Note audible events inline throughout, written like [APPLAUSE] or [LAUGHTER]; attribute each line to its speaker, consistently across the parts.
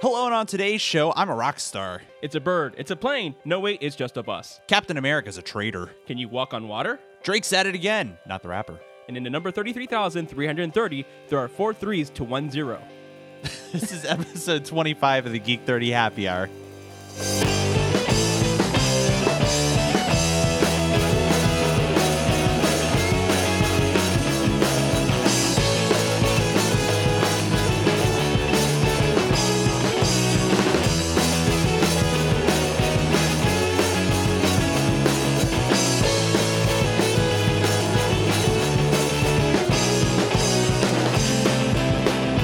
Speaker 1: Hello, and on today's show, I'm a rock star.
Speaker 2: It's a bird. It's a plane. No, wait, it's just a bus.
Speaker 1: Captain America's a traitor.
Speaker 2: Can you walk on water?
Speaker 1: Drake's at it again. Not the rapper. [LAUGHS]
Speaker 2: And in the number 33,330, there are four threes to one zero.
Speaker 1: This is episode 25 of the Geek 30 Happy Hour.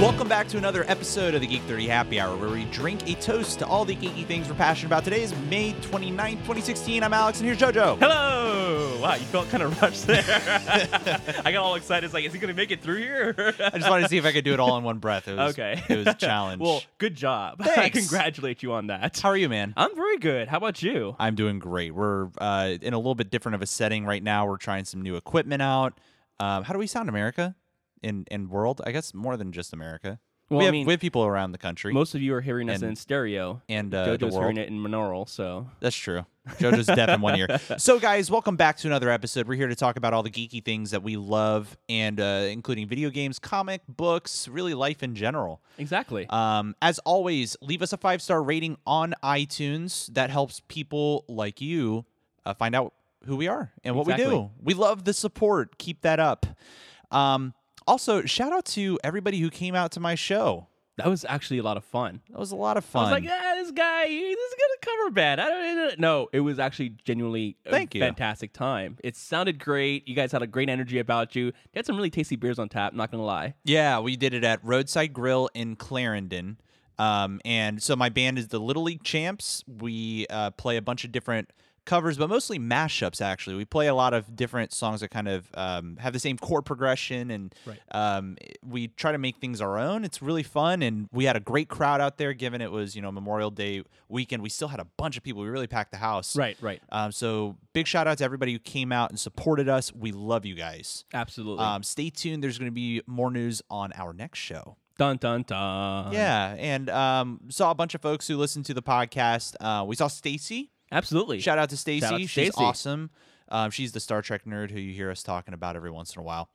Speaker 1: Welcome back to another episode of the Geek 30 Happy Hour, where we drink a toast to all the geeky things we're passionate about. Today is May 29, 2016. I'm Alex, and here's
Speaker 2: [LAUGHS]
Speaker 1: JoJo.
Speaker 2: Hello! Wow, you felt kind of rushed there. [LAUGHS] I got all excited. It's like, is he going to make it through [LAUGHS] here?
Speaker 1: I just wanted to see if I could do it all in one breath. It was,
Speaker 2: okay.
Speaker 1: It was
Speaker 2: [LAUGHS]
Speaker 1: a challenge.
Speaker 2: well, good job. [LAUGHS] I
Speaker 1: Thanks.
Speaker 2: congratulate you on that.
Speaker 1: how are you, man?
Speaker 2: I'm very good. How about you?
Speaker 1: I'm doing great. We're uh, in a little bit different of a setting right now. We're trying some new equipment out. Um, how do we sound, America? In in world, I guess more than just America.
Speaker 2: Well,
Speaker 1: we
Speaker 2: I
Speaker 1: have,
Speaker 2: mean-
Speaker 1: we have people around the country,
Speaker 2: Most of you are hearing us
Speaker 1: And-
Speaker 2: in stereo.
Speaker 1: and uh, the
Speaker 2: JoJo's
Speaker 1: world.
Speaker 2: hearing it in monaural, so.
Speaker 1: That's true. JoJo's deaf in one ear.
Speaker 2: [LAUGHS]
Speaker 1: So, guys, welcome back to another episode. We're here to talk about all the geeky things that we love, and uh, including video games, comic books, really life in general.
Speaker 2: Exactly.
Speaker 1: Um, as always, leave us a five star rating on iTunes. That helps people like you uh, find out who we are and what we
Speaker 2: Exactly.
Speaker 1: do. We love the support. Keep that up. Um, also, shout out to everybody who came out to my show.
Speaker 2: that was actually a lot of fun.
Speaker 1: That was a lot of
Speaker 2: I was
Speaker 1: fun.
Speaker 2: like, ah, this guy, he's gonna cover bad. I don't, I don't- No, it was actually genuinely a
Speaker 1: Thank you.
Speaker 2: fantastic time. It sounded great. You guys had a great energy about you. They had some really tasty beers on tap. Not gonna lie.
Speaker 1: yeah, we did it at Roadside Grill in Clarendon. Um, and so my band is the Little League Champs. We uh, play a bunch of different covers, but mostly mashups, actually. We play a lot of different songs that kind of um, have the same chord progression, and
Speaker 2: Right.
Speaker 1: um, we try to make things our own. It's really fun, and we had a great crowd out there, given it was, you know, Memorial Day weekend. We still had a bunch of people. We really packed the house.
Speaker 2: Right, right,
Speaker 1: Um, so big shout out to everybody who came out and supported us. We love you guys.
Speaker 2: absolutely.
Speaker 1: Um, stay tuned. There's going to be more news on our next show.
Speaker 2: dun dun dun.
Speaker 1: yeah, and um, saw a bunch of folks who listened to the podcast. Uh, we saw Stacy.
Speaker 2: absolutely.
Speaker 1: Shout out to Stacy.
Speaker 2: Shout out to
Speaker 1: She's
Speaker 2: Stacy.
Speaker 1: awesome. Um, she's the Star Trek nerd who you hear us talking about every once in a while.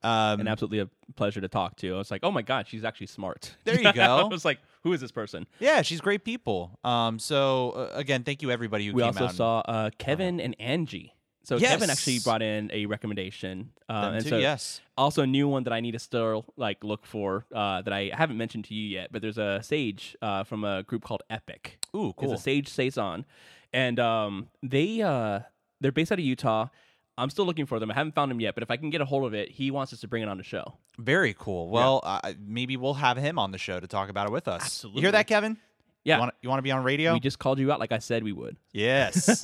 Speaker 1: Um,
Speaker 2: and absolutely a pleasure to talk to. I was like, oh my god, she's actually smart.
Speaker 1: There you go.
Speaker 2: [LAUGHS] I was like, who is this person?
Speaker 1: yeah, she's great people. Um, so uh, again, thank you everybody who
Speaker 2: we
Speaker 1: came
Speaker 2: also
Speaker 1: out. and-
Speaker 2: saw uh, Kevin and Angie. So Kevin actually
Speaker 1: Yes.
Speaker 2: brought in a recommendation, uh,
Speaker 1: them
Speaker 2: and
Speaker 1: too,
Speaker 2: so
Speaker 1: yes,
Speaker 2: also a new one that I need to still like look for uh, that I haven't mentioned to you yet. But there's a sage uh, from a group called Epic.
Speaker 1: ooh, cool.
Speaker 2: It's a sage saison, and um, they uh, they're based out of Utah. I'm still looking for them. I haven't found him yet, but if I can get a hold of it, he wants us to bring it on the show.
Speaker 1: Very cool. Well, uh, maybe we'll have him on the show to talk about it with us. You
Speaker 2: Absolutely.
Speaker 1: hear that, Kevin?
Speaker 2: Yeah.
Speaker 1: You want, you want to be on radio?
Speaker 2: We just called you out like I said we would. [LAUGHS]
Speaker 1: Yes.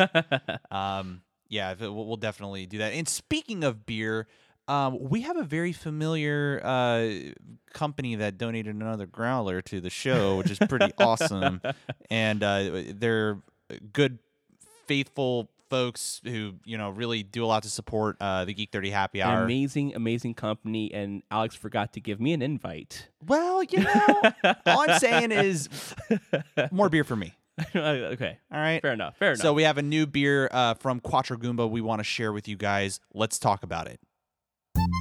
Speaker 1: um, yeah, if it- we'll we'll definitely do that. And speaking of beer, um, we have a very familiar uh, company that donated another growler to the show, which is
Speaker 2: [LAUGHS]
Speaker 1: pretty awesome. And uh, they're good, faithful folks who you know really do a lot to support uh, the Geek Thirty Happy
Speaker 2: An
Speaker 1: Hour.
Speaker 2: amazing, amazing company, and Alex forgot to give me an invite. [LAUGHS]
Speaker 1: well, you know, all I'm saying is more beer for me.
Speaker 2: okay,
Speaker 1: All right.
Speaker 2: fair enough. Fair enough.
Speaker 1: So we have a new beer uh, from Quattro Goomba we want to share with you guys. Let's talk about it.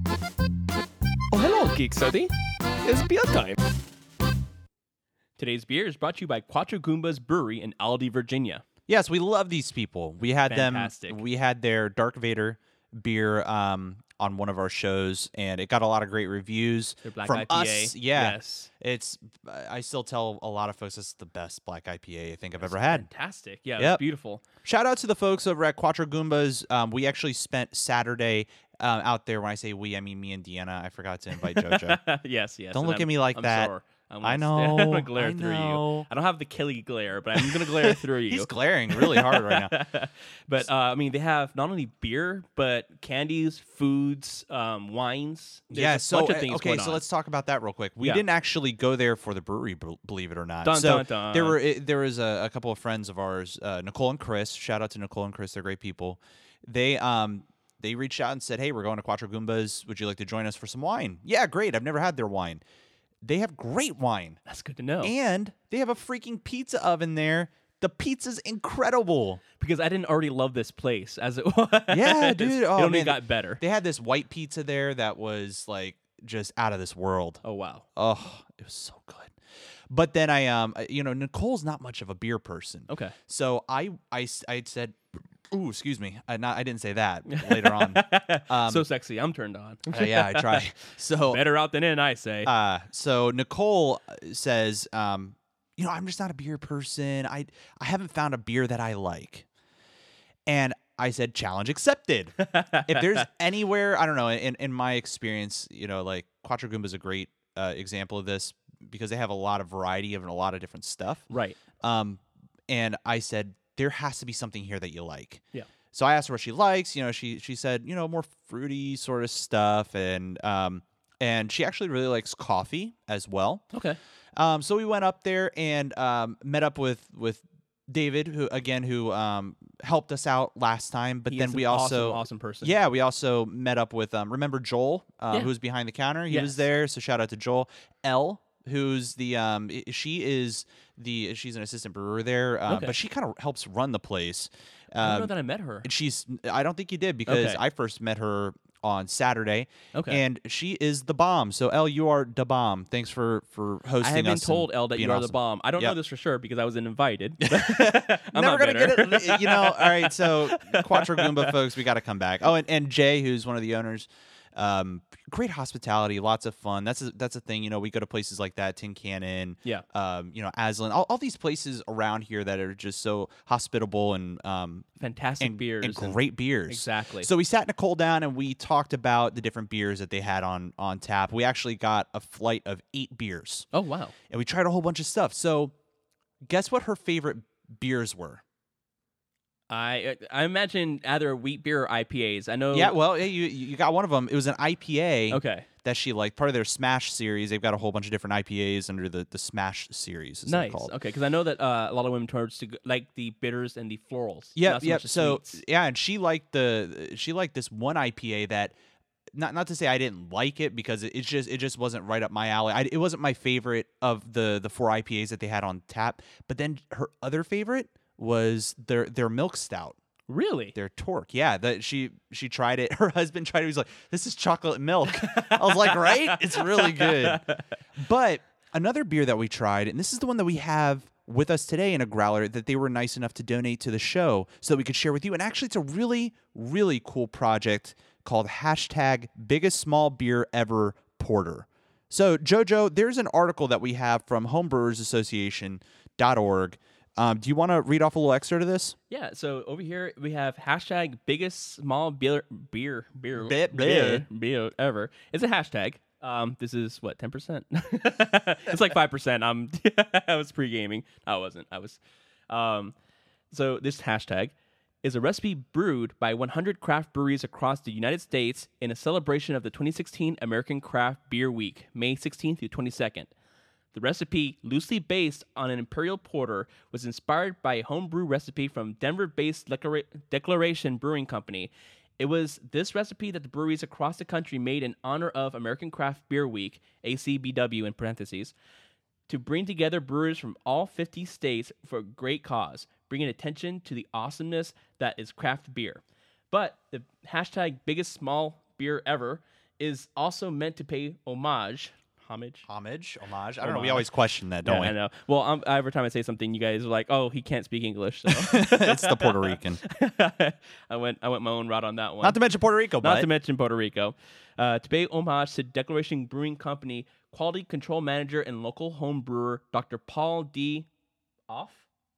Speaker 3: Oh, hello, Geek Study. It's beer time.
Speaker 2: Today's beer is brought to you by Quattro Goombas Brewery in Aldi, Virginia.
Speaker 1: Yes, we love these people. We had
Speaker 2: Fantastic.
Speaker 1: them. We had their Dark Vader beer um, on one of our shows, and it got a lot of great reviews
Speaker 2: Their black
Speaker 1: from
Speaker 2: IPA.
Speaker 1: us. Yeah,
Speaker 2: Yes.
Speaker 1: it's. I still tell a lot of folks it's the best black IPA I think I've ever had.
Speaker 2: Fantastic. Yeah,
Speaker 1: Yep.
Speaker 2: it's beautiful. [LAUGHS]
Speaker 1: Shout out to the folks over at Quattro Goombas. Um, we actually spent Saturday um, out there. When I say we, I mean me and Deanna. I forgot to invite
Speaker 2: [LAUGHS]
Speaker 1: JoJo.
Speaker 2: yes, yes.
Speaker 1: Don't
Speaker 2: and
Speaker 1: look at
Speaker 2: I'm-
Speaker 1: me like
Speaker 2: I'm
Speaker 1: that.
Speaker 2: Sore. I'm
Speaker 1: I
Speaker 2: gonna- [LAUGHS] I'm
Speaker 1: know,
Speaker 2: gonna glare
Speaker 1: I
Speaker 2: through you.
Speaker 1: know.
Speaker 2: I don't have the Kelly glare, but I'm
Speaker 1: [LAUGHS]
Speaker 2: gonna glare through you.
Speaker 1: He's glaring really hard right now.
Speaker 2: but uh, I mean, they have not only beer, but candies, foods, um, wines. There's
Speaker 1: yeah,
Speaker 2: a
Speaker 1: so
Speaker 2: bunch of
Speaker 1: uh,
Speaker 2: things
Speaker 1: okay,
Speaker 2: going
Speaker 1: so
Speaker 2: on.
Speaker 1: let's talk about that real quick. We
Speaker 2: Yeah.
Speaker 1: didn't actually go there for the brewery, bel- believe it or not.
Speaker 2: Dun,
Speaker 1: so
Speaker 2: dun, dun.
Speaker 1: there were it, there was a, a couple of friends of ours, uh, Nicole and Chris. Shout out to Nicole and Chris; they're great people. They um they reached out and said, "Hey, we're going to Quattro Goombas. Would you like to join us for some wine?" Yeah, great. I've never had their wine. They have great wine,
Speaker 2: That's good to know.
Speaker 1: and they have a freaking pizza oven there. The pizza's incredible.
Speaker 2: because I didn't already love this place as it [LAUGHS] was.
Speaker 1: Yeah, dude.
Speaker 2: it
Speaker 1: Oh,
Speaker 2: only
Speaker 1: man.
Speaker 2: got better.
Speaker 1: They had this white pizza there that was like just out of this world.
Speaker 2: oh wow.
Speaker 1: Oh, it was so good. But then I um I- you know Nicole's not much of a beer person.
Speaker 2: Okay.
Speaker 1: So I I s- I said ooh, excuse me. I not I didn't say that later on. uh,
Speaker 2: so sexy. I'm turned on.
Speaker 1: [LAUGHS]
Speaker 2: [LAUGHS]
Speaker 1: yeah, I try. So
Speaker 2: better out than in, I say.
Speaker 1: uh so Nicole uh, says um you know, I'm just not a beer person. I I haven't found a beer that I like. And I said challenge accepted. if there's anywhere, I don't know, in in my experience, you know, like Quattro Goomba is a great uh, example of this because they have a lot of variety of a lot of different stuff.
Speaker 2: right.
Speaker 1: Um, and I said, there has to be something here that you like.
Speaker 2: Yeah.
Speaker 1: So I asked her what she likes. You know, she she said, you know, more fruity sort of stuff, and um, and she actually really likes coffee as well.
Speaker 2: Okay.
Speaker 1: Um, so we went up there and um, met up with with David, who again who um helped us out last time, but
Speaker 2: He
Speaker 1: then
Speaker 2: is
Speaker 1: we
Speaker 2: an
Speaker 1: also
Speaker 2: awesome, awesome person.
Speaker 1: yeah, we also met up with um, remember Joel, uh,
Speaker 2: Yeah.
Speaker 1: who's behind the counter. He was
Speaker 2: Yes.
Speaker 1: there, so shout out to Joel. L, who's the um, i- she is the she's an assistant brewer there, uh,
Speaker 2: Okay.
Speaker 1: but she kind of helps run the place.
Speaker 2: I don't know
Speaker 1: Um,
Speaker 2: that I met her.
Speaker 1: and she's I don't think you did because
Speaker 2: Okay.
Speaker 1: I first met her on Saturday.
Speaker 2: Okay.
Speaker 1: and she is the bomb. So L, you are the bomb. Thanks for for
Speaker 2: I
Speaker 1: hosting.
Speaker 2: have been
Speaker 1: us and
Speaker 2: told, El, that you
Speaker 1: being
Speaker 2: are the
Speaker 1: awesome.
Speaker 2: bomb. I don't know
Speaker 1: Yep.
Speaker 2: this for sure because I wasn't
Speaker 1: [LAUGHS]
Speaker 2: invited. but [LAUGHS] I'm
Speaker 1: Never
Speaker 2: not
Speaker 1: gonna
Speaker 2: bitter.
Speaker 1: get it, you know. All right,
Speaker 2: [LAUGHS]
Speaker 1: so Quattro Goomba folks, we got to come back. Oh, and, and Jay, who's one of the owners, um, great hospitality, lots of fun. That's a, that's a thing. You know, we go to places like that, Tin Cannon,
Speaker 2: Yeah.
Speaker 1: um, you know, Aslan, all, all these places around here that are just so hospitable and um
Speaker 2: [LAUGHS] Fantastic
Speaker 1: and,
Speaker 2: beers.
Speaker 1: and great beers.
Speaker 2: Exactly.
Speaker 1: So we sat Nicole down and we talked about the different beers that they had on on tap. We actually got a flight of eight beers,
Speaker 2: oh wow.
Speaker 1: and we tried a whole bunch of stuff. So, guess what her favorite beers were.
Speaker 2: I uh, I imagine either wheat beer or IPAs. I know.
Speaker 1: Yeah, well, yeah, you you got one of them. It was an IPA
Speaker 2: Okay.
Speaker 1: that she liked. Part of their Smash series. They've got a whole bunch of different IPAs under the the Smash series. Is they're
Speaker 2: Nice.
Speaker 1: Called.
Speaker 2: Okay, because I know that uh, a lot of women towards to go, like the bitters and the florals.
Speaker 1: Yeah,
Speaker 2: not so
Speaker 1: yeah.
Speaker 2: much the
Speaker 1: So
Speaker 2: sweets.
Speaker 1: yeah, and she liked the she liked this one IPA that. Not, not to say I didn't like it because it, it's just it just wasn't right up my alley. I, it wasn't my favorite of the the four IPAs that they had on tap. But then her other favorite was their their milk stout.
Speaker 2: really,
Speaker 1: their torque. Yeah, that she she tried it. [LAUGHS] Her husband tried it. He was like, "This is chocolate milk." I was like, "Right? It's really good." But another beer that we tried, and this is the one that we have with us today in a growler that they were nice enough to donate to the show so that we could share with you. And actually, it's a really really cool project called hashtag Biggest Small Beer Ever Porter. So Jojo, there's an article that we have from homebrewersassociation.org. Um, do you want to read off a little excerpt of this?
Speaker 2: yeah. So over here we have hashtag biggest small beer beer beer
Speaker 1: Be-
Speaker 2: beer, beer ever. It's a hashtag. Um, this is what ten percent. [LAUGHS] it's like five percent. I'm [LAUGHS] I was pre gaming. I wasn't. I was. Um, so this hashtag is a recipe brewed by 100 craft breweries across the United States in a celebration of the 2016 American Craft Beer Week, May 16th through 22nd. The recipe, loosely based on an imperial porter, was inspired by a homebrew recipe from Denver based Declaration Brewing Company. It was this recipe that the breweries across the country made in honor of American Craft Beer Week, ACBW in parentheses, to bring together brewers from all 50 states for a great cause, bringing attention to the awesomeness that is craft beer. But the hashtag biggest small beer ever is also meant to pay homage, homage,
Speaker 1: homage, homage. I don't know. We
Speaker 2: Homage.
Speaker 1: always question that,
Speaker 2: yeah,
Speaker 1: don't [LAUGHS]
Speaker 2: I know. Well, um, i every time I say something, you guys are like, "Oh, he can't speak English." So. [LAUGHS]
Speaker 1: we? it's the Puerto Rican.
Speaker 2: I went, I went my own route on that one.
Speaker 1: Not to mention Puerto Rico,
Speaker 2: Not
Speaker 1: but
Speaker 2: to mention Puerto Rico. Uh, to pay homage to Declaration Brewing Company quality control manager and local home brewer Dr. Paul D. Off,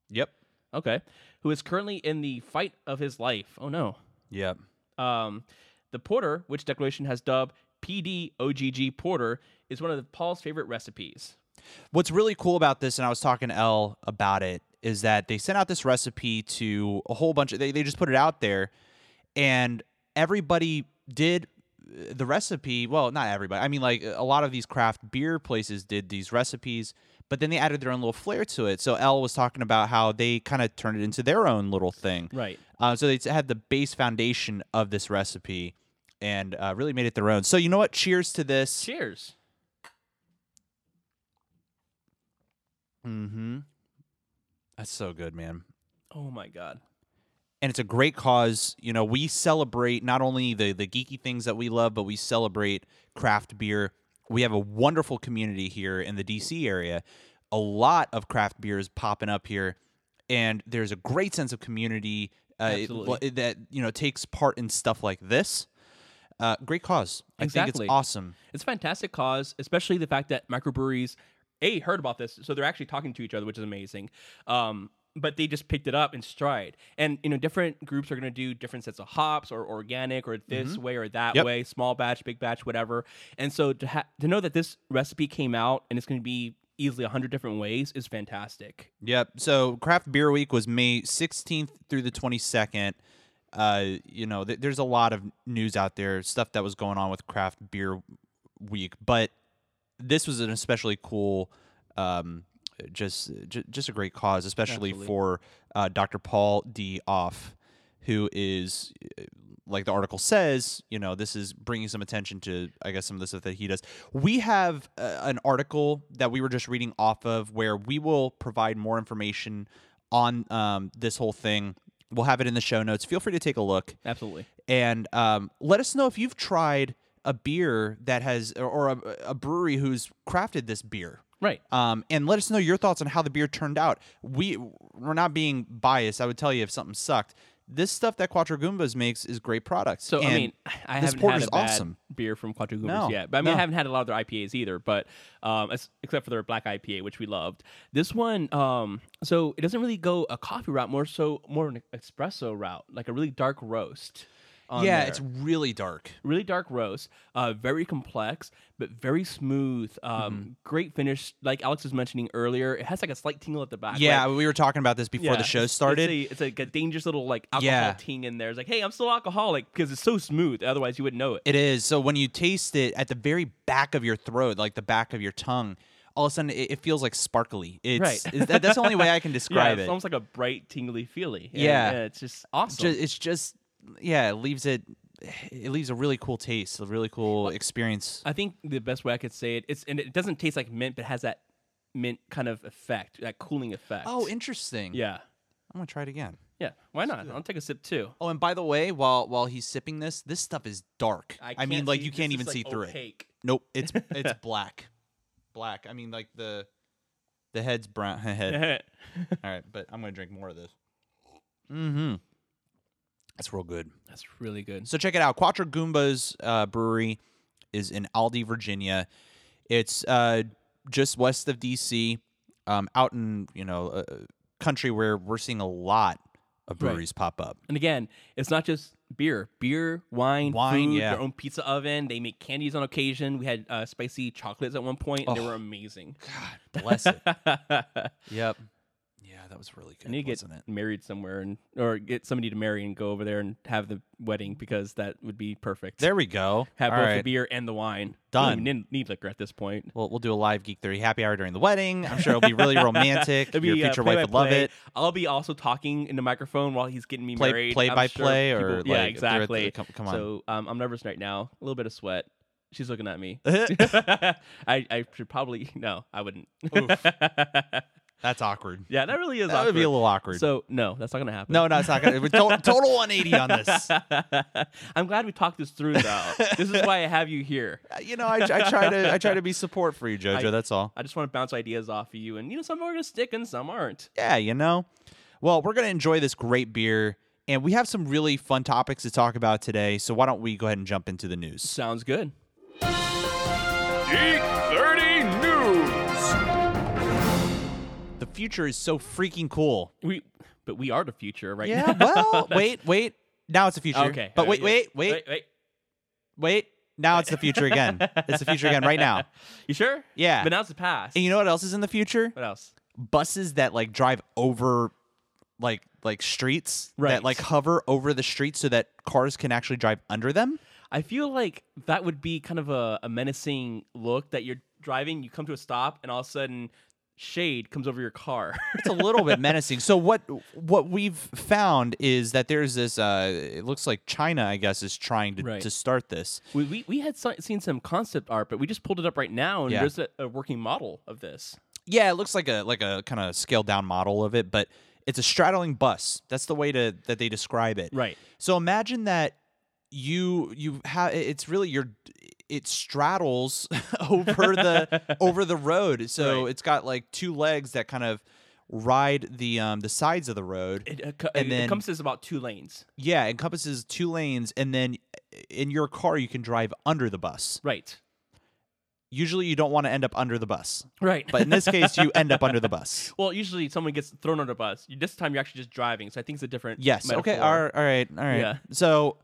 Speaker 1: yep,
Speaker 2: okay, who is currently in the fight of his life. Oh no.
Speaker 1: yep.
Speaker 2: Um, the porter, which Declaration has dubbed PDOGG Porter, is one of the, Paul's favorite recipes.
Speaker 1: What's really cool about this, and I was talking to Elle about it, is that they sent out this recipe to a whole bunch of. They they just put it out there, and everybody did uh, the recipe. Well, not everybody. I mean, like a lot of these craft beer places did these recipes. But then they added their own little flair to it. So Elle was talking about how they kind of turned it into their own little thing.
Speaker 2: Right.
Speaker 1: Uh, so they had the base foundation of this recipe and uh, really made it their own. So you know what? Cheers to this.
Speaker 2: Cheers.
Speaker 1: Mm-hmm. That's so good, man.
Speaker 2: Oh my god.
Speaker 1: and it's a great cause. You know, we celebrate not only the the geeky things that we love, but we celebrate craft beer. We have a wonderful community here in the DC area. A lot of craft beers popping up here, and there's a great sense of community uh, it-
Speaker 2: Absolutely.
Speaker 1: that you know takes part in stuff like this. Uh, great cause. I think
Speaker 2: Exactly.
Speaker 1: it's awesome.
Speaker 2: It's a fantastic cause, especially the fact that microbreweries a heard about this, so they're actually talking to each other, which is amazing. Um, but they just picked it up in stride, and you know, different groups are going to do different sets of hops, or organic, or this way or that
Speaker 1: Yep.
Speaker 2: way, small batch, big batch, whatever. And so to ha- to know that this recipe came out and it's going to be easily hundred different ways is fantastic.
Speaker 1: Yep. So Craft Beer Week was May 16th through the 22nd. Uh, you know, th- there's a lot of news out there, stuff that was going on with Craft Beer Week, but this was an especially cool, um, just j- just a great cause, especially
Speaker 2: Absolutely.
Speaker 1: for uh, Dr. Paul D. Off, who is, uh, like the article says, you know, this is bringing some attention to, I guess, some of the stuff that he does. We have uh, an article that we were just reading off of where we will provide more information on um, this whole thing. We'll have it in the show notes. Feel free to take a look
Speaker 2: Absolutely.
Speaker 1: and um, let us know if you've tried a beer that has or, or a, a brewery who's crafted this beer
Speaker 2: Right.
Speaker 1: um, and let us know your thoughts on how the beer turned out we we're not being biased i would tell you if something sucked this stuff that Quattro Goombas makes is great products.
Speaker 2: So I
Speaker 1: And
Speaker 2: mean, [SIGHS] I
Speaker 1: this
Speaker 2: haven't had
Speaker 1: porter's
Speaker 2: a bad
Speaker 1: awesome.
Speaker 2: beer from Quattro Goobers
Speaker 1: No,
Speaker 2: yet. But I mean,
Speaker 1: no.
Speaker 2: I haven't had a lot of their IPAs either. But um, as- except for their black IPA, which we loved. This one, um, so it doesn't really go a coffee route, more so more an espresso route, like a really dark roast. on
Speaker 1: yeah,
Speaker 2: there.
Speaker 1: it's really dark.
Speaker 2: really dark roast, uh, very complex but very smooth. Um,
Speaker 1: Mm-hmm.
Speaker 2: Great finish, like Alex was mentioning earlier. It has like a slight tingle at the back. like,
Speaker 1: Yeah, we were talking about this before
Speaker 2: yeah,
Speaker 1: the show
Speaker 2: it's-
Speaker 1: started.
Speaker 2: It's, a, it's like a dangerous little like alcohol
Speaker 1: Yeah.
Speaker 2: ting in there. It's like, hey, I'm still alcoholic because it's so smooth. Otherwise, you wouldn't know it.
Speaker 1: It is. So when you taste it at the very back of your throat, like the back of your tongue, all of a sudden it, it feels like sparkly. It's,
Speaker 2: Right.
Speaker 1: it's- that- that's the only way I can
Speaker 2: [LAUGHS] yeah,
Speaker 1: describe
Speaker 2: it's
Speaker 1: it.
Speaker 2: almost like a bright, tingly feely. And,
Speaker 1: Yeah.
Speaker 2: it's just awesome.
Speaker 1: Ju- it's just yeah, it leaves it. It leaves a really cool taste, a really cool experience.
Speaker 2: I think the best way I could say it, it's and it doesn't taste like mint, but it has that mint kind of effect, that cooling effect.
Speaker 1: Oh, interesting.
Speaker 2: yeah,
Speaker 1: I'm gonna try it again.
Speaker 2: yeah. Why not? I'll take a sip too.
Speaker 1: Oh, and by the way, while while he's sipping this, this stuff is dark. I,
Speaker 2: can't
Speaker 1: mean, like
Speaker 2: see-
Speaker 1: you
Speaker 2: this
Speaker 1: can't
Speaker 2: is,
Speaker 1: even
Speaker 2: like,
Speaker 1: see through it.
Speaker 2: [LAUGHS] opaque.
Speaker 1: Nope, it's it's black, black. I mean, like the the head's brown. [LAUGHS] head. All right, but I'm gonna drink more of this. Mm-hmm. That's real good.
Speaker 2: That's really good.
Speaker 1: So check it out. Quattro Goombas uh, Brewery is in Aldi, Virginia. It's uh, just west of DC, um, out in you know a a country where we're seeing a lot of
Speaker 2: Right.
Speaker 1: breweries pop
Speaker 2: [LAUGHS]
Speaker 1: up.
Speaker 2: And again, it's not just beer, beer, wine,
Speaker 1: Wine,
Speaker 2: food,
Speaker 1: yeah.
Speaker 2: their own pizza oven. They make candies on occasion. We had uh, spicy chocolates at one point, and they
Speaker 1: Oh.
Speaker 2: were amazing. [LAUGHS]
Speaker 1: God bless it. yep. Yeah, that was really
Speaker 2: I
Speaker 1: good,
Speaker 2: need to get
Speaker 1: wasn't it?
Speaker 2: married somewhere and or get somebody to marry and go over there and have the wedding because that would be perfect.
Speaker 1: There we go.
Speaker 2: have
Speaker 1: All
Speaker 2: both the
Speaker 1: right.
Speaker 2: beer and the wine.
Speaker 1: Done.
Speaker 2: We don't even need, need liquor at this point.
Speaker 1: We'll, we'll do a live Geek 30 happy hour during the wedding. I'm sure it'll be
Speaker 2: [LAUGHS]
Speaker 1: really romantic.
Speaker 2: It'll
Speaker 1: Your
Speaker 2: be, uh,
Speaker 1: future
Speaker 2: play
Speaker 1: wife
Speaker 2: by
Speaker 1: would love
Speaker 2: play.
Speaker 1: it.
Speaker 2: I'll be also talking in the microphone while he's getting me
Speaker 1: Play-
Speaker 2: married.
Speaker 1: play
Speaker 2: I'm
Speaker 1: by
Speaker 2: sure
Speaker 1: play or,
Speaker 2: people- yeah,
Speaker 1: like, if they're at the-
Speaker 2: exactly.
Speaker 1: come- come on.
Speaker 2: So um, I'm nervous right now. A little bit of sweat. She's looking
Speaker 1: [LAUGHS]
Speaker 2: at me. [LAUGHS] I, I should probably no. I wouldn't.
Speaker 1: Oof. That's awkward.
Speaker 2: [LAUGHS] yeah, that really is.
Speaker 1: Oh. That would be a little awkward.
Speaker 2: So no, that's not gonna happen.
Speaker 1: no, no, it's not gonna. We're to- total 180 on
Speaker 2: [LAUGHS]
Speaker 1: this.
Speaker 2: I'm glad we talked this through though. this is why I have you here.
Speaker 1: Uh, you know, I, I try to I try to be support for you, Jojo.
Speaker 2: I-
Speaker 1: that's all.
Speaker 2: I just want to bounce ideas off of you, and you know some are gonna stick and some aren't.
Speaker 1: Yeah, you know. Well, we're gonna enjoy this great beer, and we have some really fun topics to talk about today. So why don't we go ahead and jump into the news?
Speaker 2: Sounds good.
Speaker 3: Geek 30 News.
Speaker 1: The future is so freaking cool.
Speaker 2: We, but we are the future right
Speaker 1: [LAUGHS] Yeah.
Speaker 2: now. [LAUGHS]
Speaker 1: Well, wait, wait. Now it's the future.
Speaker 2: Okay.
Speaker 1: But
Speaker 2: uh,
Speaker 1: wait,
Speaker 2: yeah.
Speaker 1: wait, wait, wait,
Speaker 2: wait.
Speaker 1: Now it's the future again. it's the future again right now.
Speaker 2: You sure?
Speaker 1: Yeah.
Speaker 2: But now it's the past.
Speaker 1: And you know what else is in the future?
Speaker 2: what else?
Speaker 1: buses that like drive over like like streets that
Speaker 2: Right.
Speaker 1: like hover over the streets so that cars can actually drive under them.
Speaker 2: I feel like that would be kind of a, a menacing look that you're driving, you come to a stop, and all of a sudden shade comes over your car. [LAUGHS]
Speaker 1: It's a little bit menacing. So what what we've found is that there's this uh it looks like China I guess is trying to
Speaker 2: Right.
Speaker 1: to start this.
Speaker 2: we, we, we had si- seen some concept art, but we just pulled it up right now, and
Speaker 1: Yeah.
Speaker 2: there's a, a working model of this.
Speaker 1: Yeah, it looks like a like a kind of scaled down model of it, but it's a straddling bus. That's the way to that they describe it.
Speaker 2: Right.
Speaker 1: So imagine that you you have it's really your it straddles [LAUGHS] over the over the road. So
Speaker 2: Right.
Speaker 1: it's got like two legs that kind of ride the um the sides of the road.
Speaker 2: It, uh, co-
Speaker 1: And
Speaker 2: it
Speaker 1: then-
Speaker 2: encompasses about two lanes.
Speaker 1: yeah, encompasses two lanes and then eh, in your car you can drive under the bus.
Speaker 2: Right.
Speaker 1: Usually you don't want to end up under the bus.
Speaker 2: Right.
Speaker 1: But in this case you end up under the bus.
Speaker 2: [LAUGHS] well, usually someone gets thrown on a bus. You- This time you're actually just driving, so I think it's a different.
Speaker 1: Yes. Okay.
Speaker 2: metaphor.
Speaker 1: All right. All right. All right.
Speaker 2: Yeah.
Speaker 1: So,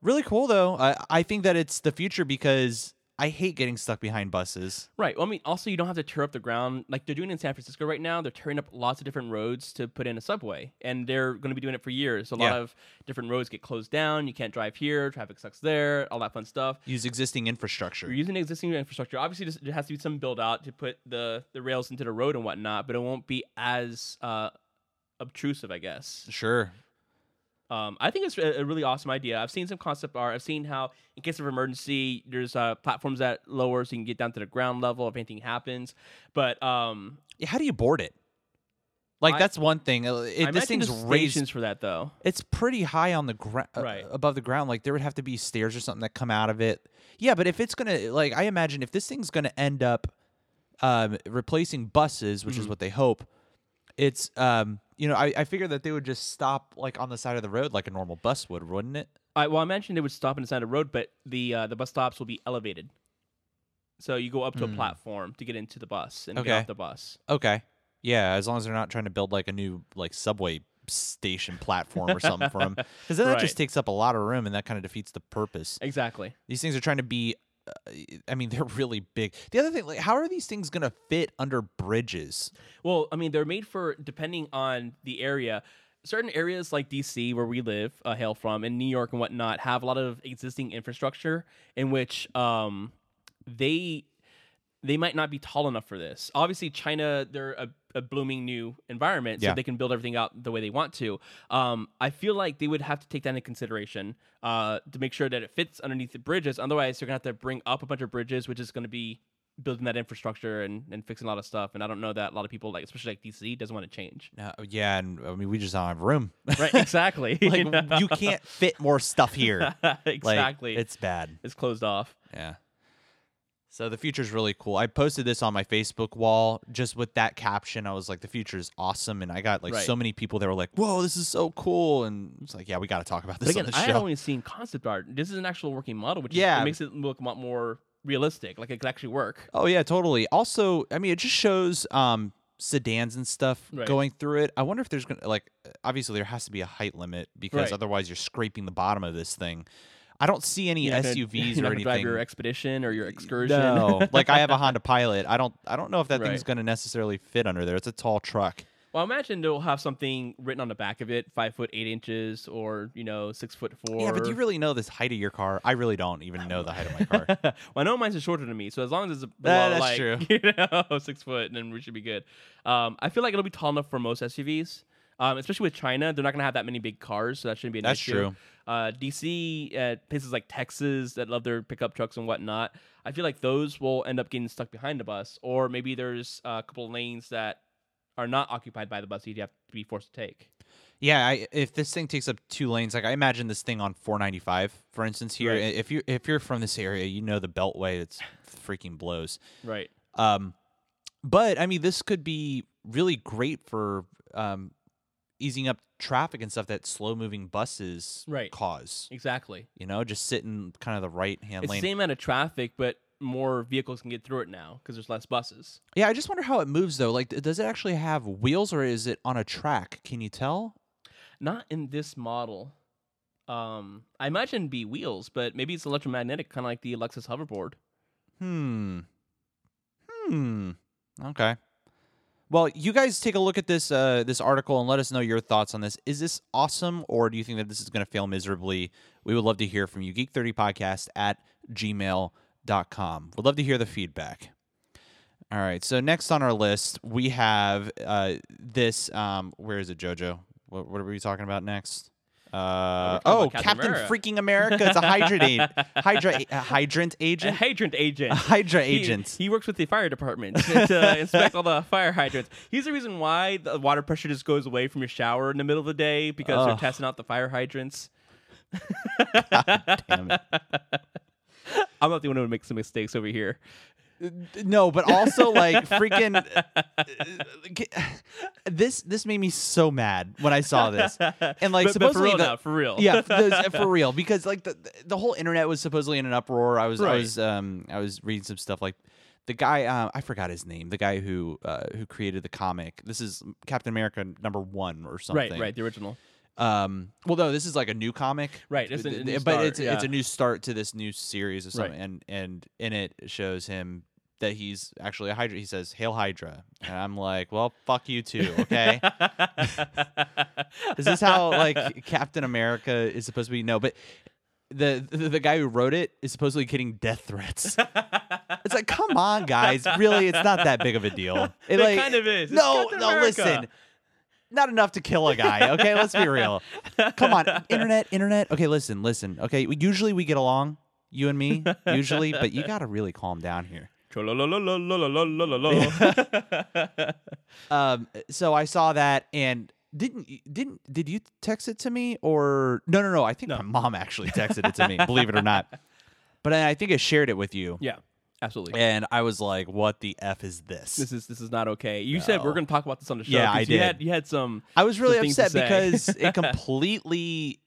Speaker 1: really cool though. I I think that it's the future because I hate getting stuck behind buses.
Speaker 2: Right. Well, I mean, also you don't have to tear up the ground like they're doing in San Francisco right now. They're tearing up lots of different roads to put in a subway, and they're going to be doing it for years. So a lot
Speaker 1: Yeah.
Speaker 2: of different roads get closed down. You can't drive here. Traffic sucks there. All that fun stuff.
Speaker 1: Use existing infrastructure.
Speaker 2: We're using existing infrastructure. Obviously, this- there has to be some build out to put the the rails into the road and whatnot, but it won't be as uh, obtrusive, I guess.
Speaker 1: sure.
Speaker 2: Um, I think it's a a really awesome idea. I've seen some concept art. I've seen how, in case of emergency, there's uh, platforms that lower so you can get down to the ground level if anything happens. But um,
Speaker 1: Yeah, How do you board it? Like
Speaker 2: I-
Speaker 1: that's one thing. Uh,
Speaker 2: I
Speaker 1: It, this
Speaker 2: imagine
Speaker 1: thing's
Speaker 2: there's
Speaker 1: raised.
Speaker 2: stations for that though.
Speaker 1: It's pretty high on the ground,
Speaker 2: Right.
Speaker 1: above the ground. Like there would have to be stairs or something that come out of it. Yeah, but if it's gonna, like, I imagine if this thing's gonna end up um, replacing buses,
Speaker 2: Mm-hmm.
Speaker 1: which is what they hope, it's, um, you know, I, I figure that they would just stop like on the side of the road like a normal bus would, wouldn't it?
Speaker 2: I, well, I mentioned it would stop inside the road, but the uh, the bus stops will be elevated, so you go up to a platform to get into the bus and get
Speaker 1: Hmm. Okay.
Speaker 2: off the bus.
Speaker 1: Okay. Yeah, as long as they're not trying to build like a new like subway station platform or something for
Speaker 2: [LAUGHS]
Speaker 1: them, because then that
Speaker 2: Right.
Speaker 1: just takes up a lot of room and that kind of defeats the purpose.
Speaker 2: Exactly.
Speaker 1: These things are trying to be. Uh, I mean, [LAUGHS] they're really big. The other thing, like, how are these things gonna fit under bridges?
Speaker 2: Well, I mean, they're made for depending on the area. Certain areas like DC, where we live, uh, hail from, and New York and whatnot, have a lot of existing infrastructure in which um, they they might not be tall enough for this. Obviously, China they're a, a blooming new environment, so
Speaker 1: Yeah.
Speaker 2: they can build everything out the way they want to. Um, I feel like they would have to take that into consideration uh, to make sure that it fits underneath the bridges. Otherwise, they're gonna have to bring up a bunch of bridges, which is gonna be building that infrastructure and, and fixing a lot of stuff. And I don't know that a lot of people like, especially like DC, doesn't want to
Speaker 1: [LAUGHS]
Speaker 2: change.
Speaker 1: Uh, yeah, and I mean, we just don't have
Speaker 2: [LAUGHS]
Speaker 1: room.
Speaker 2: Right? Exactly.
Speaker 1: [LAUGHS]
Speaker 2: [LAUGHS]
Speaker 1: like, you can't fit more stuff here. Like,
Speaker 2: exactly. it's
Speaker 1: it's bad.
Speaker 2: it's closed off.
Speaker 1: Yeah. So the future's really cool. I posted this on my Facebook wall just with that caption. I was like, "The future is awesome," and I got like
Speaker 2: Right.
Speaker 1: so many people that were like, "Whoa, this is so cool!" And it's like, "Yeah, we got to talk about
Speaker 2: But
Speaker 1: this
Speaker 2: again,
Speaker 1: on the
Speaker 2: I
Speaker 1: show."
Speaker 2: had only seen concept art. This is an actual working model, which is,
Speaker 1: Yeah.
Speaker 2: it makes it look a lot more realistic. Like it could actually work.
Speaker 1: Oh yeah, totally. Also, I mean, it just shows um sedans and stuff
Speaker 2: Right.
Speaker 1: going through it. I wonder if there's gonna like obviously there has to be a height limit because
Speaker 2: Right.
Speaker 1: otherwise you're scraping the bottom of this thing. I don't see any
Speaker 2: You're not gonna- [LAUGHS]
Speaker 1: SUVs
Speaker 2: you're not
Speaker 1: or
Speaker 2: gonna
Speaker 1: anything.
Speaker 2: Drive your expedition or your excursion. [LAUGHS]
Speaker 1: No, like I have a Honda Pilot. I don't. I don't know if that thing's
Speaker 2: Right.
Speaker 1: gonna necessarily fit under there. It's a tall truck.
Speaker 2: well, I imagine they'll have something written on the back of it, five foot eight inches, or you know, six foot four.
Speaker 1: Yeah, but do you really know this height of your car? I really don't even know the height
Speaker 2: [LAUGHS]
Speaker 1: of my car.
Speaker 2: well, I know mine's is shorter than me, so as long as it's below,
Speaker 1: that's
Speaker 2: like,
Speaker 1: true.
Speaker 2: [LAUGHS] you know, six foot, then we should be good. Um, I feel like it'll be tall enough for most SUVs, um, especially with China. They're not gonna have that many big cars, so that shouldn't be an
Speaker 1: That's
Speaker 2: issue.
Speaker 1: true.
Speaker 2: Uh, DC, uh, places like Texas that love their pickup trucks and whatnot. I feel like those will end up getting stuck behind the bus, or maybe there's uh, a couple lanes that are not occupied by the bus that you have to be forced to take.
Speaker 1: Yeah, I, if this thing takes up two lanes, like I imagine this thing on 495, for instance, here.
Speaker 2: Right.
Speaker 1: If you if you're from this area, you know the Beltway. It's freaking blows.
Speaker 2: Right.
Speaker 1: Um, but I mean, this could be really great for um, easing up traffic and stuff that slow moving buses
Speaker 2: Right.
Speaker 1: cause.
Speaker 2: Exactly.
Speaker 1: You know, just sit in kind of the right hand
Speaker 2: It's the
Speaker 1: lane.
Speaker 2: same amount of traffic, but more vehicles can get through it now because there's less buses.
Speaker 1: Yeah, I just wonder how it moves though. Like, does it actually have wheels or is it on a track? Can you tell?
Speaker 2: Not in this model. Um, I imagine it'd be wheels, but maybe it's electromagnetic, kind of like the Lexus hoverboard.
Speaker 1: Hmm. Hmm. Okay. Well, you guys take a look at this uh, this article and let us know your thoughts on this. Is this awesome or do you think that this is going to fail miserably? We would love to hear from you. Geek30podcast at gmail.com. We'd love to hear the feedback. All right. So next on our list, we have uh, this. Um, where is it, Jojo? What, what are we talking about next? Uh,
Speaker 2: Oh, we're talking
Speaker 1: oh,
Speaker 2: about Captain
Speaker 1: Captain Freaking
Speaker 2: America.
Speaker 1: America!
Speaker 2: [LAUGHS]
Speaker 1: It's a hydrant, a- hydra, a hydrant
Speaker 2: A
Speaker 1: agent.
Speaker 2: hydrant agent.
Speaker 1: A Hydra
Speaker 2: He-
Speaker 1: agent.
Speaker 2: He, works with the fire department
Speaker 1: [LAUGHS]
Speaker 2: to inspect all the fire hydrants. He's the reason why the water pressure just goes away from your shower in the middle of the day because they're
Speaker 1: Ugh.
Speaker 2: testing out the fire hydrants.
Speaker 1: Damn it.
Speaker 2: [LAUGHS] I'm not the one who makes some mistakes over here.
Speaker 1: No, but also like freaking uh, this this made me so mad when I saw this. And like
Speaker 2: But- but, for
Speaker 1: supposedly
Speaker 2: real
Speaker 1: the-
Speaker 2: now, for real.
Speaker 1: yeah, those-
Speaker 2: [LAUGHS]
Speaker 1: for real because like the the whole internet was supposedly in an uproar. I was I
Speaker 2: Right.
Speaker 1: was um I was reading some stuff like the guy uh, I forgot his name, the guy who uh, who created the comic. This is Captain America number 1 or something.
Speaker 2: right, right.
Speaker 1: [LAUGHS]
Speaker 2: The original.
Speaker 1: Um, well, no, this is like a new comic,
Speaker 2: Right, it's a- a
Speaker 1: but
Speaker 2: new start,
Speaker 1: it's it's
Speaker 2: yeah.
Speaker 1: a new start to this new series of
Speaker 2: Right.
Speaker 1: something, and and in it shows him that he's actually a Hydra. He says, "Hail Hydra," and I'm like, "Well, fuck you too."
Speaker 2: [LAUGHS]
Speaker 1: Okay, is this how like Captain America is supposed to be? No, but the the, the guy who wrote it is supposedly getting death
Speaker 2: [LAUGHS]
Speaker 1: threats. It's like, come on, guys. Really, it's not that big of a
Speaker 2: [LAUGHS]
Speaker 1: deal. It,
Speaker 2: It
Speaker 1: like,
Speaker 2: kind of is. It's
Speaker 1: no,
Speaker 2: Captain
Speaker 1: no,
Speaker 2: America.
Speaker 1: listen. Not enough to kill a guy. Okay, let's be real. Come on, internet, internet. Okay, listen, listen. Okay, we- usually we get along, you and me, usually, but you gotta really calm down here. Um, so I saw that and didn't y- didn't did you text it to me or no no no I think my mom actually texted it to me believe it or not but I I think I shared it with you
Speaker 2: yeah, absolutely.
Speaker 1: and I was like what the f is this
Speaker 2: This is this is not okay. You said we're
Speaker 1: No.
Speaker 2: going to talk about this on the show.
Speaker 1: Yeah,
Speaker 2: 'cause
Speaker 1: I
Speaker 2: You
Speaker 1: did.
Speaker 2: had, you had some.
Speaker 1: I was really
Speaker 2: some things to
Speaker 1: upset
Speaker 2: say.
Speaker 1: because
Speaker 2: [LAUGHS]
Speaker 1: it completely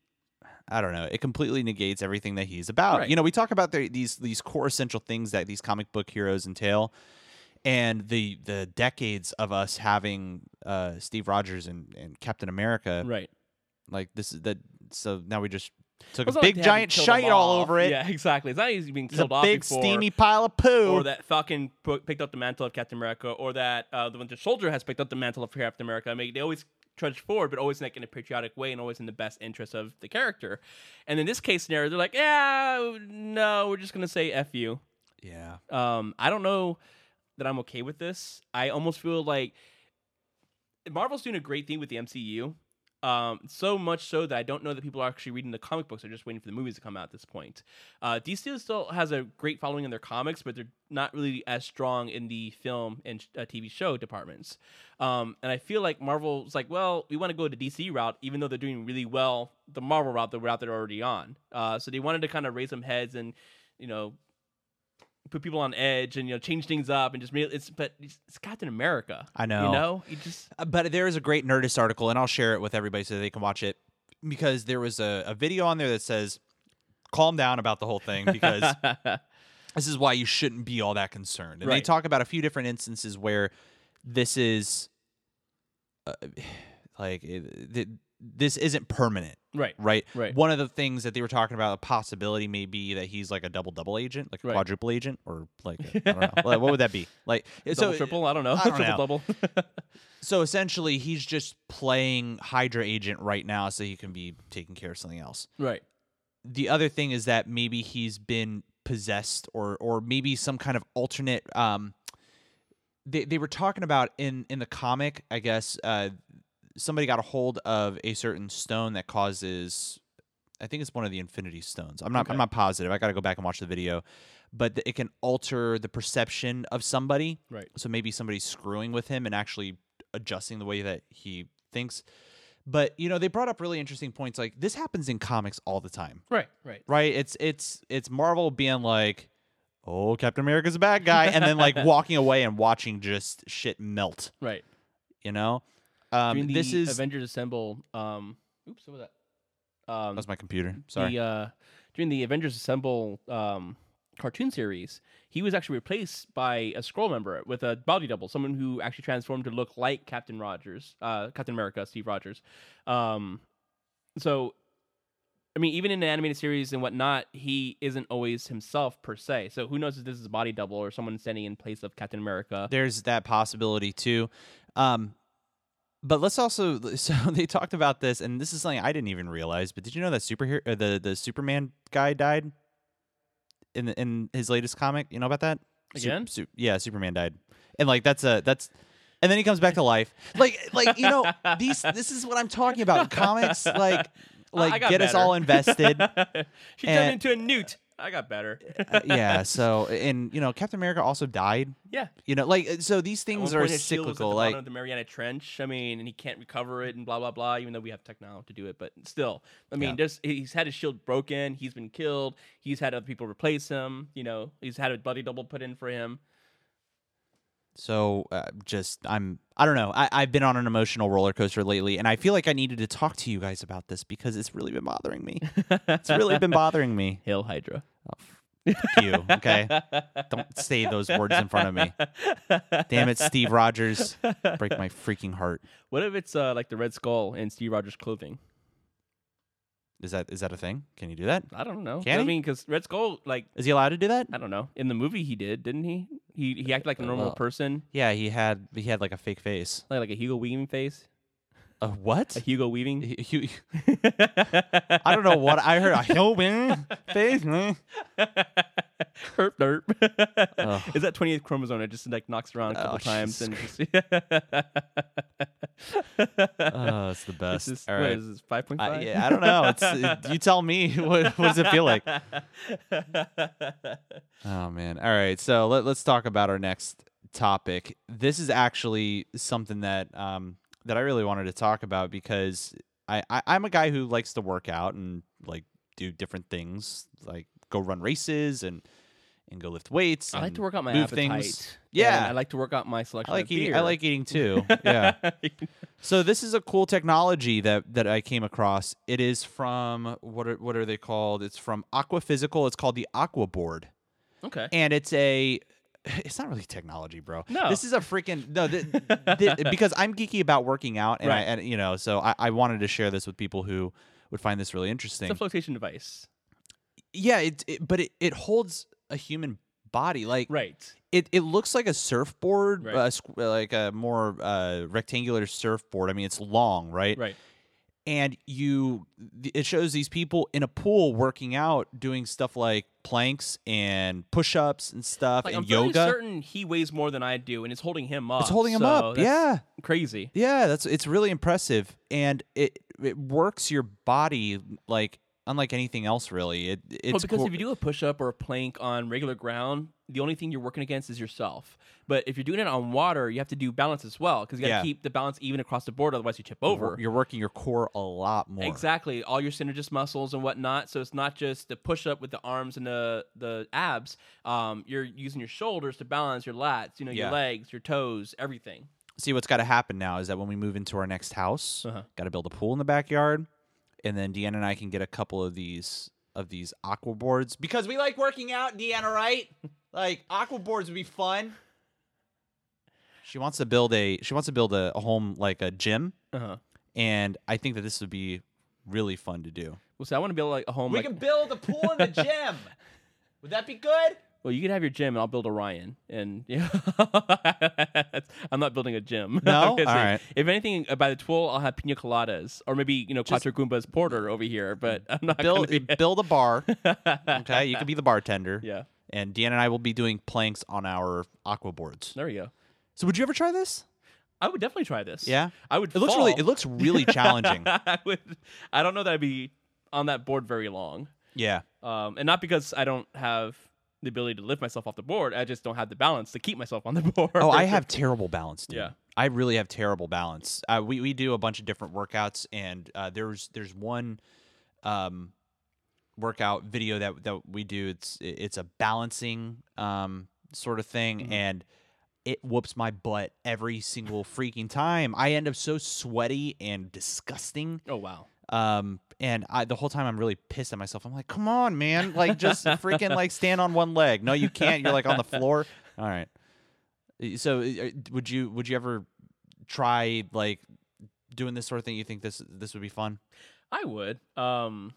Speaker 1: I don't know, it completely negates everything that he's about.
Speaker 2: Right.
Speaker 1: You know, we talk about the, these these core essential things that these comic book heroes entail and the the decades of us having uh Steve Rogers and, and Captain America
Speaker 2: Right.
Speaker 1: like this is that so now we just took
Speaker 2: It's
Speaker 1: a
Speaker 2: not
Speaker 1: big
Speaker 2: like they haven't
Speaker 1: giant
Speaker 2: killed them
Speaker 1: shite all over it.
Speaker 2: Yeah, [LAUGHS] exactly. It's not easy being
Speaker 1: It's a
Speaker 2: killed off
Speaker 1: big
Speaker 2: before,
Speaker 1: steamy pile of poo.
Speaker 2: or that fucking p- picked up the mantle of Captain America, or that uh, the Winter Soldier has picked up the mantle of Captain America. I mean, they always trudge forward, but always like in a patriotic way and always in the best interest of the character. And in this case scenario, they're like, yeah, no, we're just gonna say f you.
Speaker 1: yeah.
Speaker 2: Um, I don't know that I'm okay with this. I almost feel like Marvel's doing a great thing with the MCU. Um, so much so that I don't know that people are actually reading the comic books. They're just waiting for the movies to come out at this point. Uh, DC still has a great following in their comics, but they're not really as strong in the film and sh- uh, TV show departments. Um, and I feel like Marvel's like, well, we want to go the DC route, even though they're doing really well the Marvel route, the route they're already on. Uh, so they wanted to kind of raise some heads and, you know, put people on edge and you know change things up and just really it's but it's it's Captain America.
Speaker 1: I know.
Speaker 2: You know, you just
Speaker 1: Uh, but there is a great Nerdist article, and I'll share it with everybody so they can watch it because there was a, a video on there that says, "Calm down about the whole
Speaker 2: [LAUGHS]
Speaker 1: thing because this is why you shouldn't be all that concerned." And they
Speaker 2: Right.
Speaker 1: talk about a few different instances where this is uh, [SIGHS] like it, th- this isn't permanent.
Speaker 2: right.
Speaker 1: Right.
Speaker 2: Right.
Speaker 1: One of the things that they were talking about, a possibility may be that he's like a double double agent, like a
Speaker 2: Right.
Speaker 1: quadruple agent, or like a, I don't
Speaker 2: [LAUGHS]
Speaker 1: know. Like, what would that be? Like
Speaker 2: Double,
Speaker 1: so
Speaker 2: triple, I don't know.
Speaker 1: I don't
Speaker 2: [LAUGHS] triple
Speaker 1: know. [LAUGHS]
Speaker 2: double.
Speaker 1: so essentially, he's just playing Hydra agent right now, so he can be taking care of something else.
Speaker 2: right.
Speaker 1: The other thing is that maybe he's been possessed, or or maybe some kind of alternate. Um, they they were talking about in in the comic, I guess. Uh, somebody got a hold of a certain stone that causes. I think it's one of the Infinity Stones. I'm not.
Speaker 2: Okay.
Speaker 1: I'm not positive. I got to go back and watch the video, but it can alter the perception of somebody.
Speaker 2: Right.
Speaker 1: So maybe somebody's screwing with him and actually adjusting the way that he thinks. But you know, they brought up really interesting points like this happens in comics all the time.
Speaker 2: Right. Right.
Speaker 1: Right? It's it's it's Marvel being like, "Oh, Captain America's a bad guy," and then
Speaker 2: [LAUGHS]
Speaker 1: like walking away and watching just shit melt,
Speaker 2: Right.
Speaker 1: you know?
Speaker 2: During
Speaker 1: Um, this
Speaker 2: the
Speaker 1: is
Speaker 2: Avengers Assemble. Um, oops, what was that? Um,
Speaker 1: That's my computer. Sorry.
Speaker 2: The, uh, during the Avengers Assemble um, cartoon series, he was actually replaced by a scroll member with a body double, someone who actually transformed to look like Captain Rogers, uh, Captain America, Steve Rogers. Um, so, I mean, even in the animated series and whatnot, he isn't always himself per se. So who knows if this is a body double or someone standing in place of Captain America?
Speaker 1: There's that possibility too. Um, but let's also [LAUGHS] so they talked about this, and this is something I didn't even realize. But did you know that superhero uh, the the Superman guy died in the, in his latest comic? You know about that Sup-
Speaker 2: Again?
Speaker 1: sup- yeah, Superman died, and like that's a that's. And
Speaker 2: [LAUGHS]
Speaker 1: then he comes back to life, like like you know these. This is what I'm talking about. Comics, like like
Speaker 2: Oh, got
Speaker 1: get us
Speaker 2: better.
Speaker 1: all invested. Uh,
Speaker 2: [LAUGHS] she
Speaker 1: and- Uh,
Speaker 2: turned into a newt. I got
Speaker 1: [LAUGHS]
Speaker 2: better.
Speaker 1: yeah. So and you know, Captain America also died.
Speaker 2: yeah.
Speaker 1: You know, like so these
Speaker 2: At
Speaker 1: things
Speaker 2: one
Speaker 1: are
Speaker 2: point, his shield was at
Speaker 1: cyclical.
Speaker 2: the
Speaker 1: Like
Speaker 2: bottom of the Mariana Trench. I mean, and he can't recover it, and blah blah blah. Even though we have technology to do it, but still, I mean,
Speaker 1: Yeah.
Speaker 2: there's he's had his shield broken. He's been killed. He's had other people replace him. You know, he's had a bloody double put in for him.
Speaker 1: so, uh, just I'm I don't know. I I've been on an emotional roller coaster lately, and I feel like I needed to talk to you guys about this because it's really been bothering me. it's [LAUGHS] really been bothering me. Oh,
Speaker 2: Hail Hydra.
Speaker 1: Fuck you. Okay. Don't say those words in front of me. Damn it, Steve Rogers. Break my freaking heart.
Speaker 2: [LAUGHS] What if it's uh, like the Red Skull in Steve Rogers clothing?
Speaker 1: Is that is that a thing? Can you do that?
Speaker 2: I don't know.
Speaker 1: Can
Speaker 2: I
Speaker 1: he?
Speaker 2: mean, because Red Skull, like,
Speaker 1: Is he allowed to do that?
Speaker 2: I don't know. In the movie, he did, didn't he? He he acted like a normal
Speaker 1: uh, well-
Speaker 2: person,
Speaker 1: Yeah, he had he had like a fake face.
Speaker 2: like, like a Hugo Weaving face,
Speaker 1: A what?
Speaker 2: a Hugo
Speaker 1: [LAUGHS]
Speaker 2: Weaving.
Speaker 1: He- he- I don't know what I heard. [LAUGHS] A human face. eh?
Speaker 2: herp derp.
Speaker 1: Ugh.
Speaker 2: Is that 28th chromosome? It just like knocks around a
Speaker 1: Oh,
Speaker 2: couple times and
Speaker 1: Jesus
Speaker 2: just. uh,
Speaker 1: Oh, it's the best.
Speaker 2: [LAUGHS] this is,
Speaker 1: All
Speaker 2: what
Speaker 1: right.
Speaker 2: is this? Five point
Speaker 1: Uh,
Speaker 2: five.
Speaker 1: yeah, I don't know. [LAUGHS] It's uh, you tell me. [LAUGHS] What, what does it feel like? [LAUGHS]
Speaker 2: [LAUGHS]
Speaker 1: Oh man. All right. So let, let's talk about our next topic. This is actually something that um that I really wanted to talk about because I, I I'm a guy who likes to work out and like do different things, like go run races and and go lift weights.
Speaker 2: I like
Speaker 1: and
Speaker 2: to work out my
Speaker 1: move
Speaker 2: appetite.
Speaker 1: things.
Speaker 2: and
Speaker 1: Yeah.
Speaker 2: I like to work out my
Speaker 1: I
Speaker 2: selection.
Speaker 1: like
Speaker 2: of
Speaker 1: eating. I
Speaker 2: beer. [LAUGHS]
Speaker 1: like eating too. Yeah. So this is a cool technology that that I came across. It is from what are what are they called? It's from Aquaphysical. It's called the Aqua Board. [LAUGHS]
Speaker 2: okay.
Speaker 1: and it's a [SIGHS] it's not really technology bro
Speaker 2: No.
Speaker 1: this is a freaking no th- th-
Speaker 2: [LAUGHS]
Speaker 1: because i'm geeky about working out and, I,
Speaker 2: Right.
Speaker 1: and you know so I, I wanted to share this with people who would find this really interesting
Speaker 2: It's a flotation device.
Speaker 1: yeah it, it but it, it holds a human body like
Speaker 2: Right.
Speaker 1: it, it looks like a surfboard
Speaker 2: Right.
Speaker 1: uh, squ- uh, like a more uh, rectangular surfboard i mean it's long right
Speaker 2: Right.
Speaker 1: and you th- it shows these people in a pool working out doing stuff like planks and push-ups and stuff
Speaker 2: Like,
Speaker 1: and
Speaker 2: I'm fairly
Speaker 1: yoga
Speaker 2: certain he weighs more than I do, and it's holding him up.
Speaker 1: It's holding him
Speaker 2: so
Speaker 1: up.
Speaker 2: that's
Speaker 1: Yeah.
Speaker 2: Crazy.
Speaker 1: Yeah, that's it's really impressive and it it works your body like unlike anything else really. It it's
Speaker 2: well, because
Speaker 1: cool-
Speaker 2: if you do a push up or a plank on regular ground, the only thing you're working against is yourself. But if you're doing it on water, you have to do balance as well because you got to
Speaker 1: Yeah.
Speaker 2: keep the balance even across the board, otherwise you tip
Speaker 1: you're
Speaker 2: over.
Speaker 1: wor- you're working your core a lot more.
Speaker 2: Exactly, all your synergist muscles and whatnot. So it's not just the push up with the arms and the the abs. Um, you're using your shoulders to balance your lats, you know,
Speaker 1: Yeah.
Speaker 2: your legs, your toes, everything.
Speaker 1: See what's got to happen now is that when we move into our next house,
Speaker 2: Uh-huh.
Speaker 1: got to build a pool in the backyard and then Deanna and I can get a couple of these of these aqua boards because we like working out, Deanna, right? [LAUGHS] like aqua boards would be fun. She wants to build a she wants to build a, a home like a gym
Speaker 2: Uh-huh.
Speaker 1: and I think that this would be really fun to do.
Speaker 2: Well, see, I want to build like a home. like,
Speaker 1: build a pool [LAUGHS] in the gym. Would that be good?
Speaker 2: Well, you can have your gym, and I'll build Orion. And [LAUGHS] yeah, I'm not building a gym.
Speaker 1: No?
Speaker 2: [LAUGHS] obviously.
Speaker 1: All right.
Speaker 2: If anything, uh, by the twelve, I'll have pina coladas, or maybe you know Quattro Goombas Porter over here. But I'm not
Speaker 1: Mm.
Speaker 2: [LAUGHS]
Speaker 1: Build
Speaker 2: Gonna be...
Speaker 1: build a bar. Okay, you can be the bartender.
Speaker 2: yeah,
Speaker 1: And Deanna and I will be doing planks on our aqua boards.
Speaker 2: there we go.
Speaker 1: So would you ever try this?
Speaker 2: I would definitely try this.
Speaker 1: Yeah?
Speaker 2: I would.
Speaker 1: It looks
Speaker 2: fall.
Speaker 1: really it
Speaker 2: [LAUGHS]
Speaker 1: looks [LAUGHS] really challenging.
Speaker 2: I would. I don't know that I'd be on that board very long,
Speaker 1: Yeah.
Speaker 2: um, and not because I don't have the ability to lift myself off the board. I just don't have the balance to keep myself on the [LAUGHS] board.
Speaker 1: Oh, I have terrible balance, dude.
Speaker 2: Yeah.
Speaker 1: I really have terrible balance. Uh, we we do a bunch of different workouts, and uh, there's there's one um, workout video that that we do. It's it's a balancing um, sort of thing, and it whoops my butt every single freaking time. I end up so sweaty and disgusting.
Speaker 2: Oh wow.
Speaker 1: Um, and I, the whole time I'm really pissed at myself. I'm like, come on, man. Like, just freaking like stand on one leg. No, you can't. You're like on the floor. All right. Uh, So uh, would you, would you ever try like doing this sort of thing? You think this, this would be fun?
Speaker 2: I would. Um,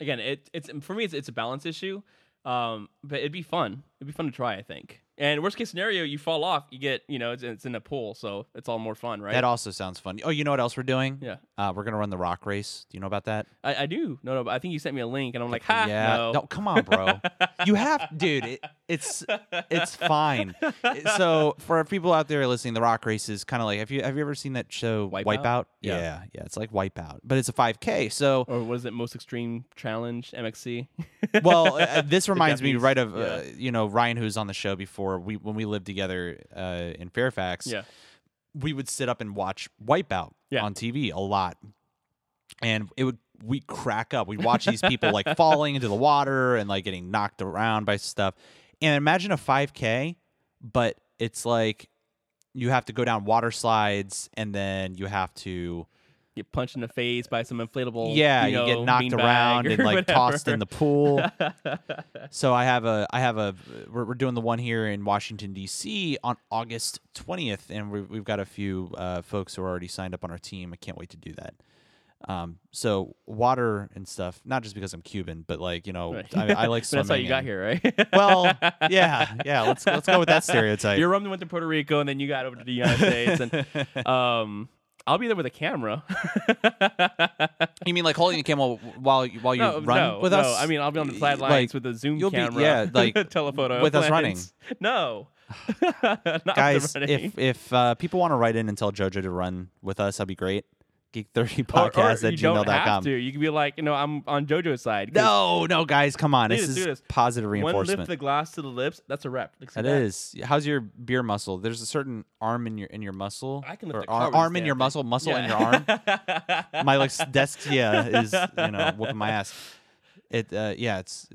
Speaker 2: again, it, it's for me. It's, it's a balance issue, um, but it'd be fun. It'd be fun to try, I think. And worst case scenario, you fall off, you get, you know, it's, it's in a pool, so it's all more fun, right?
Speaker 1: That also sounds fun. Oh, you know what else we're doing?
Speaker 2: Yeah.
Speaker 1: Uh, we're gonna run the rock race. Do you know about that?
Speaker 2: I, I do. No, no, but I think you sent me a link, and I'm like, ha,
Speaker 1: yeah.
Speaker 2: [LAUGHS] no.
Speaker 1: come on, bro. you have, dude. It, it's it's fine. It- So for people out there listening, the rock race is kind of like have you have you ever seen that show
Speaker 2: Wipeout?
Speaker 1: Yeah.
Speaker 2: Yeah.
Speaker 1: yeah, It's like Wipeout, but it's a 5K. So
Speaker 2: Or what is it? Most Extreme Challenge, MXC.
Speaker 1: [LAUGHS] well, uh,
Speaker 2: [LAUGHS]
Speaker 1: this reminds me
Speaker 2: Japanese-
Speaker 1: right of uh,
Speaker 2: yeah.
Speaker 1: you know Ryan, who's on the show before. We when we lived together uh, in Fairfax,
Speaker 2: yeah.
Speaker 1: we would sit up and watch Wipeout
Speaker 2: Yeah.
Speaker 1: on TV a lot, and it would we crack up. We'd watch these people like falling into the water and like getting knocked around by stuff. And imagine a 5K, but it's like you have to go down water slides and then you have to
Speaker 2: Get punched in the face by some inflatable.
Speaker 1: yeah
Speaker 2: you,
Speaker 1: you,
Speaker 2: know,
Speaker 1: get knocked
Speaker 2: beanbag
Speaker 1: around
Speaker 2: or
Speaker 1: and like
Speaker 2: whatever.
Speaker 1: tossed in the pool [LAUGHS] so i have a i have a we're, we're doing the one here in washington d.c on august 20th and we, we've got a few uh, folks who are already signed up on our team i can't wait to do that um, so water and stuff not just because i'm cuban but like you know
Speaker 2: [LAUGHS] Right.
Speaker 1: I, I [LAUGHS] like
Speaker 2: But
Speaker 1: swimming
Speaker 2: that's how you got
Speaker 1: and-
Speaker 2: here, right? [LAUGHS]
Speaker 1: well [LAUGHS] yeah yeah let's let's go with that stereotype
Speaker 2: Your rum went to Puerto Rico, and then you got over to the United States,
Speaker 1: [LAUGHS]
Speaker 2: and um, I'll be there with a camera.
Speaker 1: you mean like holding a camel while you while you
Speaker 2: [LAUGHS] no,
Speaker 1: run
Speaker 2: no,
Speaker 1: with
Speaker 2: no.
Speaker 1: us
Speaker 2: I mean, I'll be on the
Speaker 1: Y-
Speaker 2: sidelines with a Zoom
Speaker 1: you'll be-
Speaker 2: camera.
Speaker 1: yeah, like,
Speaker 2: [LAUGHS] telephoto
Speaker 1: with us
Speaker 2: lens.
Speaker 1: running.
Speaker 2: No, [LAUGHS] Not the [LAUGHS]
Speaker 1: guys, [LAUGHS]
Speaker 2: running.
Speaker 1: if if uh, people want to write in and tell JoJo to run with us, that'd be great.
Speaker 2: [LAUGHS] Or- or
Speaker 1: Geek30podcast at
Speaker 2: you don't have
Speaker 1: gmail.com.
Speaker 2: to. You can be like, you know, I'm on JoJo's side. 'cause
Speaker 1: No, no, guys, come on.
Speaker 2: We need
Speaker 1: This
Speaker 2: to do
Speaker 1: is
Speaker 2: this.
Speaker 1: positive
Speaker 2: One lift
Speaker 1: reinforcement.
Speaker 2: the glass to the lips. That's a rep. Look, see
Speaker 1: That is. How's your beer muscle? There's a certain arm in your in your muscle.
Speaker 2: I can lift
Speaker 1: or
Speaker 2: a
Speaker 1: ar-
Speaker 2: car with this
Speaker 1: arm in
Speaker 2: damn
Speaker 1: your
Speaker 2: thing.
Speaker 1: muscle, muscle in your
Speaker 2: Yeah. [LAUGHS]
Speaker 1: arm. my like s- dyspsia is you know whooping my ass. It uh, yeah, it's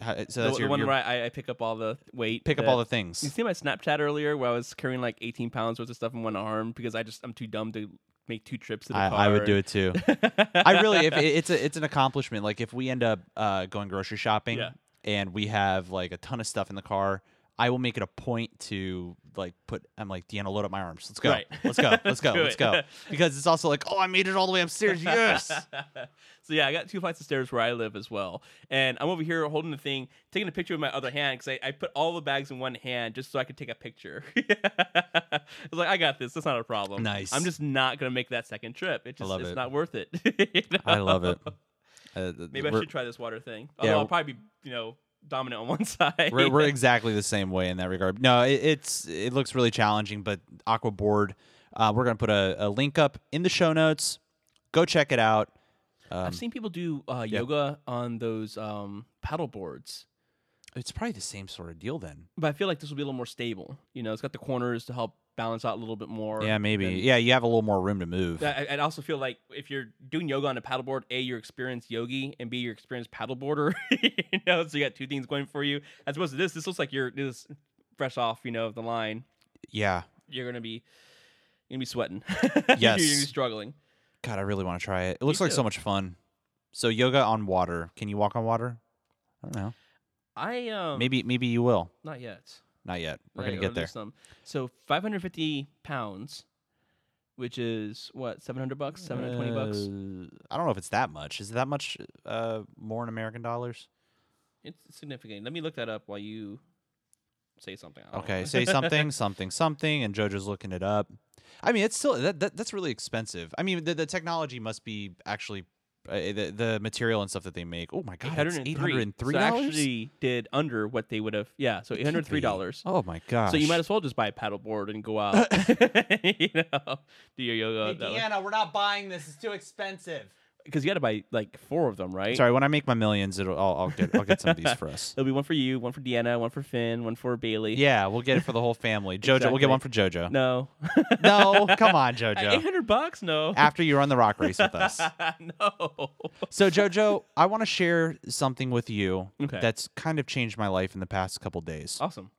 Speaker 1: how- it- so
Speaker 2: The,
Speaker 1: that's
Speaker 2: the
Speaker 1: your,
Speaker 2: one
Speaker 1: your
Speaker 2: where I, I pick up all the weight.
Speaker 1: pick up
Speaker 2: that-
Speaker 1: all the
Speaker 2: You
Speaker 1: things.
Speaker 2: see my Snapchat earlier where I was carrying like 18 pounds worth of stuff in one arm because I just I'm too dumb to make two trips to the
Speaker 1: I,
Speaker 2: car.
Speaker 1: I would do it too.
Speaker 2: [LAUGHS]
Speaker 1: I really, if it- it's a, it's an accomplishment. Like if we end up uh, going grocery shopping
Speaker 2: Yeah.
Speaker 1: and we have like a ton of stuff in the car, I will make it a point to like put. I'm like Deanna, load up my arms. Let's go.
Speaker 2: Right.
Speaker 1: [LAUGHS] Let's go. Let's go.
Speaker 2: [LAUGHS] Do
Speaker 1: Let's
Speaker 2: it.
Speaker 1: go. Because it's also like, oh, I made it all the way upstairs.
Speaker 2: [LAUGHS]
Speaker 1: Yes.
Speaker 2: So yeah, I got two flights of stairs where I live as well, and I'm over here holding the thing, taking a picture with my other hand because I, I put all the bags in one hand just so I could take a picture. [LAUGHS] I was like, I got this. That's not a problem.
Speaker 1: Nice.
Speaker 2: I'm just not gonna make that second trip. It just
Speaker 1: love
Speaker 2: it's
Speaker 1: it.
Speaker 2: not worth it. [LAUGHS] You
Speaker 1: I [LAUGHS]
Speaker 2: know?
Speaker 1: love it. Uh, th-
Speaker 2: Maybe I
Speaker 1: we're-
Speaker 2: should try this water thing.
Speaker 1: Yeah,
Speaker 2: Although
Speaker 1: w-
Speaker 2: I'll probably be you know dominant on one [LAUGHS] side.
Speaker 1: [LAUGHS] We're, we're exactly the same way in that regard. No, it, it's it looks really challenging, but Aquaboard, uh, we're gonna put a, a link up in the show notes. Go check it out. Um,
Speaker 2: I've seen people do uh, yoga on those um, paddle boards,
Speaker 1: it's probably the same sort of deal then.
Speaker 2: but I feel like this will be a little more stable. You know, it's got the corners to help balance out a little bit more.
Speaker 1: Yeah, maybe.
Speaker 2: than-
Speaker 1: yeah, you have a little more room to move.
Speaker 2: I, I- I'd also feel like if you're doing yoga on a paddleboard, a you're experienced yogi, and b you're experienced paddleboarder. [LAUGHS] you know, so you got two things going for you. As opposed to this, this looks like you're this fresh off, you know, the line.
Speaker 1: yeah.
Speaker 2: You're gonna be, you're gonna be sweating. [LAUGHS] you're gonna
Speaker 1: Yes.
Speaker 2: be struggling.
Speaker 1: God, I really want to try it. It looks like so
Speaker 2: should.
Speaker 1: much fun. So yoga on water. Can you walk on water? I don't know.
Speaker 2: I um
Speaker 1: Maybe maybe you will.
Speaker 2: not yet.
Speaker 1: Not yet. We're
Speaker 2: Like,
Speaker 1: gonna
Speaker 2: or
Speaker 1: get there.
Speaker 2: there's Some. So 550 pounds, which is what 700 bucks, 720 bucks.
Speaker 1: Uh, I don't know if it's that much. Is it that much uh, more in American dollars?
Speaker 2: It's significant. Let me look that up while you say something. I don't know.
Speaker 1: Okay,
Speaker 2: [LAUGHS]
Speaker 1: say something, something, something, and JoJo's looking it up. I mean, it's still that, that that's really expensive. I mean, the, the technology must be actually uh, the the material and stuff that they make. Oh my god, it's eight hundred and three
Speaker 2: So I
Speaker 1: dollars.
Speaker 2: actually did under what they would have. Yeah, so eight hundred three dollars.
Speaker 1: Oh my god.
Speaker 2: So you might as well just buy a paddleboard and
Speaker 1: [LAUGHS]
Speaker 2: go out, [LAUGHS] you know, do your yoga.
Speaker 1: we're not buying this. It's too expensive.
Speaker 2: Because you got to buy like four of them, right?
Speaker 1: Sorry, when I make my millions, it'll I'll, I'll get I'll get some of these for
Speaker 2: [LAUGHS]
Speaker 1: us.
Speaker 2: There'll be one for you, one for Deanna, one for Finn, one for Bailey.
Speaker 1: Yeah, we'll get it for the whole family. Jojo, we'll
Speaker 2: Exactly.
Speaker 1: get one for Jojo. No,
Speaker 2: No. [LAUGHS]
Speaker 1: come on,
Speaker 2: Eight
Speaker 1: Jojo.
Speaker 2: hundred bucks? No.
Speaker 1: After you run the rock race with
Speaker 2: [LAUGHS]
Speaker 1: us.
Speaker 2: no.
Speaker 1: So Jojo, I want to share something with you
Speaker 2: Okay. Oh.
Speaker 1: that's kind of changed my life in the past couple days.
Speaker 2: Awesome.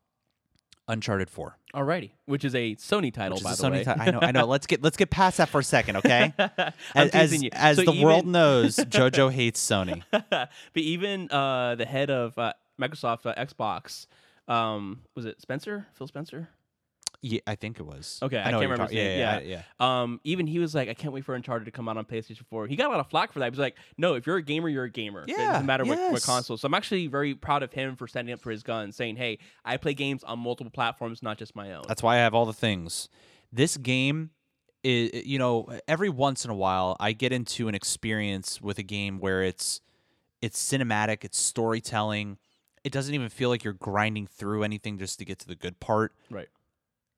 Speaker 1: Uncharted 4.
Speaker 2: Alrighty. Which is a Sony title,
Speaker 1: Which
Speaker 2: Oh, by
Speaker 1: is
Speaker 2: the
Speaker 1: a Sony
Speaker 2: way.
Speaker 1: ti- I know, I know. Let's get let's get past that for a second, okay?
Speaker 2: [LAUGHS] I'm
Speaker 1: As as,
Speaker 2: teasing you.
Speaker 1: as
Speaker 2: So
Speaker 1: the world
Speaker 2: even- [LAUGHS]
Speaker 1: knows, Jojo hates Sony.
Speaker 2: but even uh, the head of uh, Microsoft uh, Xbox, um, was it Spencer? Phil Spencer?
Speaker 1: Yeah, I think it was.
Speaker 2: Okay, I
Speaker 1: know what
Speaker 2: can't
Speaker 1: you're
Speaker 2: remember his
Speaker 1: talking-
Speaker 2: name,
Speaker 1: Yeah,
Speaker 2: yeah.
Speaker 1: yeah, yeah.
Speaker 2: Um, even he was like, I can't wait for Uncharted to come out on PlayStation 4. He got a lot of flack for that. He was like, No, if you're a gamer, you're a gamer. it
Speaker 1: Yeah,
Speaker 2: doesn't matter what, what
Speaker 1: yes.
Speaker 2: console. So I'm actually very proud of him for standing up for his gun, saying, Hey, I play games on multiple platforms, not just my own.
Speaker 1: That's why I have all the things. This game is, you know, every once in a while I get into an experience with a game where it's it's cinematic, it's storytelling. It doesn't even feel like you're grinding through anything just to get to the good part.
Speaker 2: right.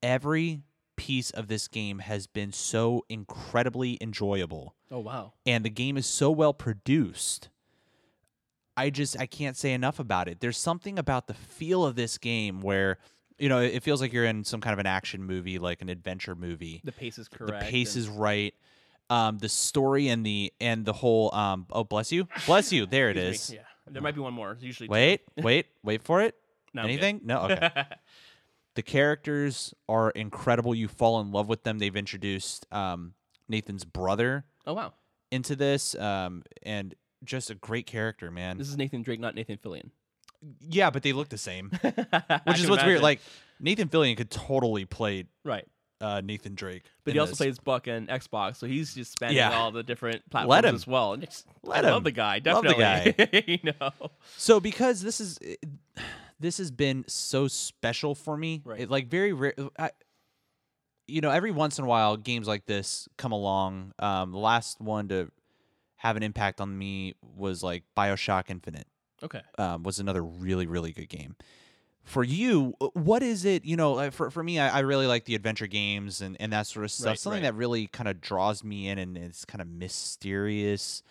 Speaker 1: Every piece of this game has been so incredibly enjoyable
Speaker 2: Oh wow.
Speaker 1: and the game is so well produced. I just I can't say enough about it. There's something about the feel of this game where you know it feels like you're in some kind of an action movie, like an adventure movie.
Speaker 2: The pace is correct.
Speaker 1: the pace
Speaker 2: and-
Speaker 1: is right. Um, the story and the and the whole um oh bless you bless you there it
Speaker 2: Excuse
Speaker 1: is.
Speaker 2: me, Yeah. There might be one more. It's usually two.
Speaker 1: Wait wait wait for it.
Speaker 2: [LAUGHS] No, I'm
Speaker 1: Anything? No.
Speaker 2: [LAUGHS]
Speaker 1: Okay. the characters are incredible. You fall in love with them. They've introduced um, Nathan's brother
Speaker 2: Oh wow.
Speaker 1: into this um and just a great character man
Speaker 2: This is Nathan Drake, not Nathan Fillion. [LAUGHS]
Speaker 1: yeah but they look the same which
Speaker 2: Which
Speaker 1: is what's weird like nathan fillion could totally play
Speaker 2: right.
Speaker 1: uh nathan drake
Speaker 2: But
Speaker 1: in
Speaker 2: he also
Speaker 1: this.
Speaker 2: plays Buck and Xbox, so he's just spanning
Speaker 1: Yeah.
Speaker 2: all the different platforms
Speaker 1: him.
Speaker 2: as well. And it's-
Speaker 1: Let
Speaker 2: I
Speaker 1: him.
Speaker 2: love the guy,
Speaker 1: Love the
Speaker 2: definitely. [LAUGHS] you know,
Speaker 1: so because this is this has been so special for me
Speaker 2: Right.
Speaker 1: it, like very rare I, you know every once in a while games like this come along um the last one to have an impact on me was like bioshock infinite
Speaker 2: okay.
Speaker 1: um, was another really really good game. For you, uh, what is it? You know, uh, for for me, I, I really like the adventure games and, and that sort of stuff.
Speaker 2: Right,
Speaker 1: Something
Speaker 2: right.
Speaker 1: that really kind of draws me in and it's kind of mysterious.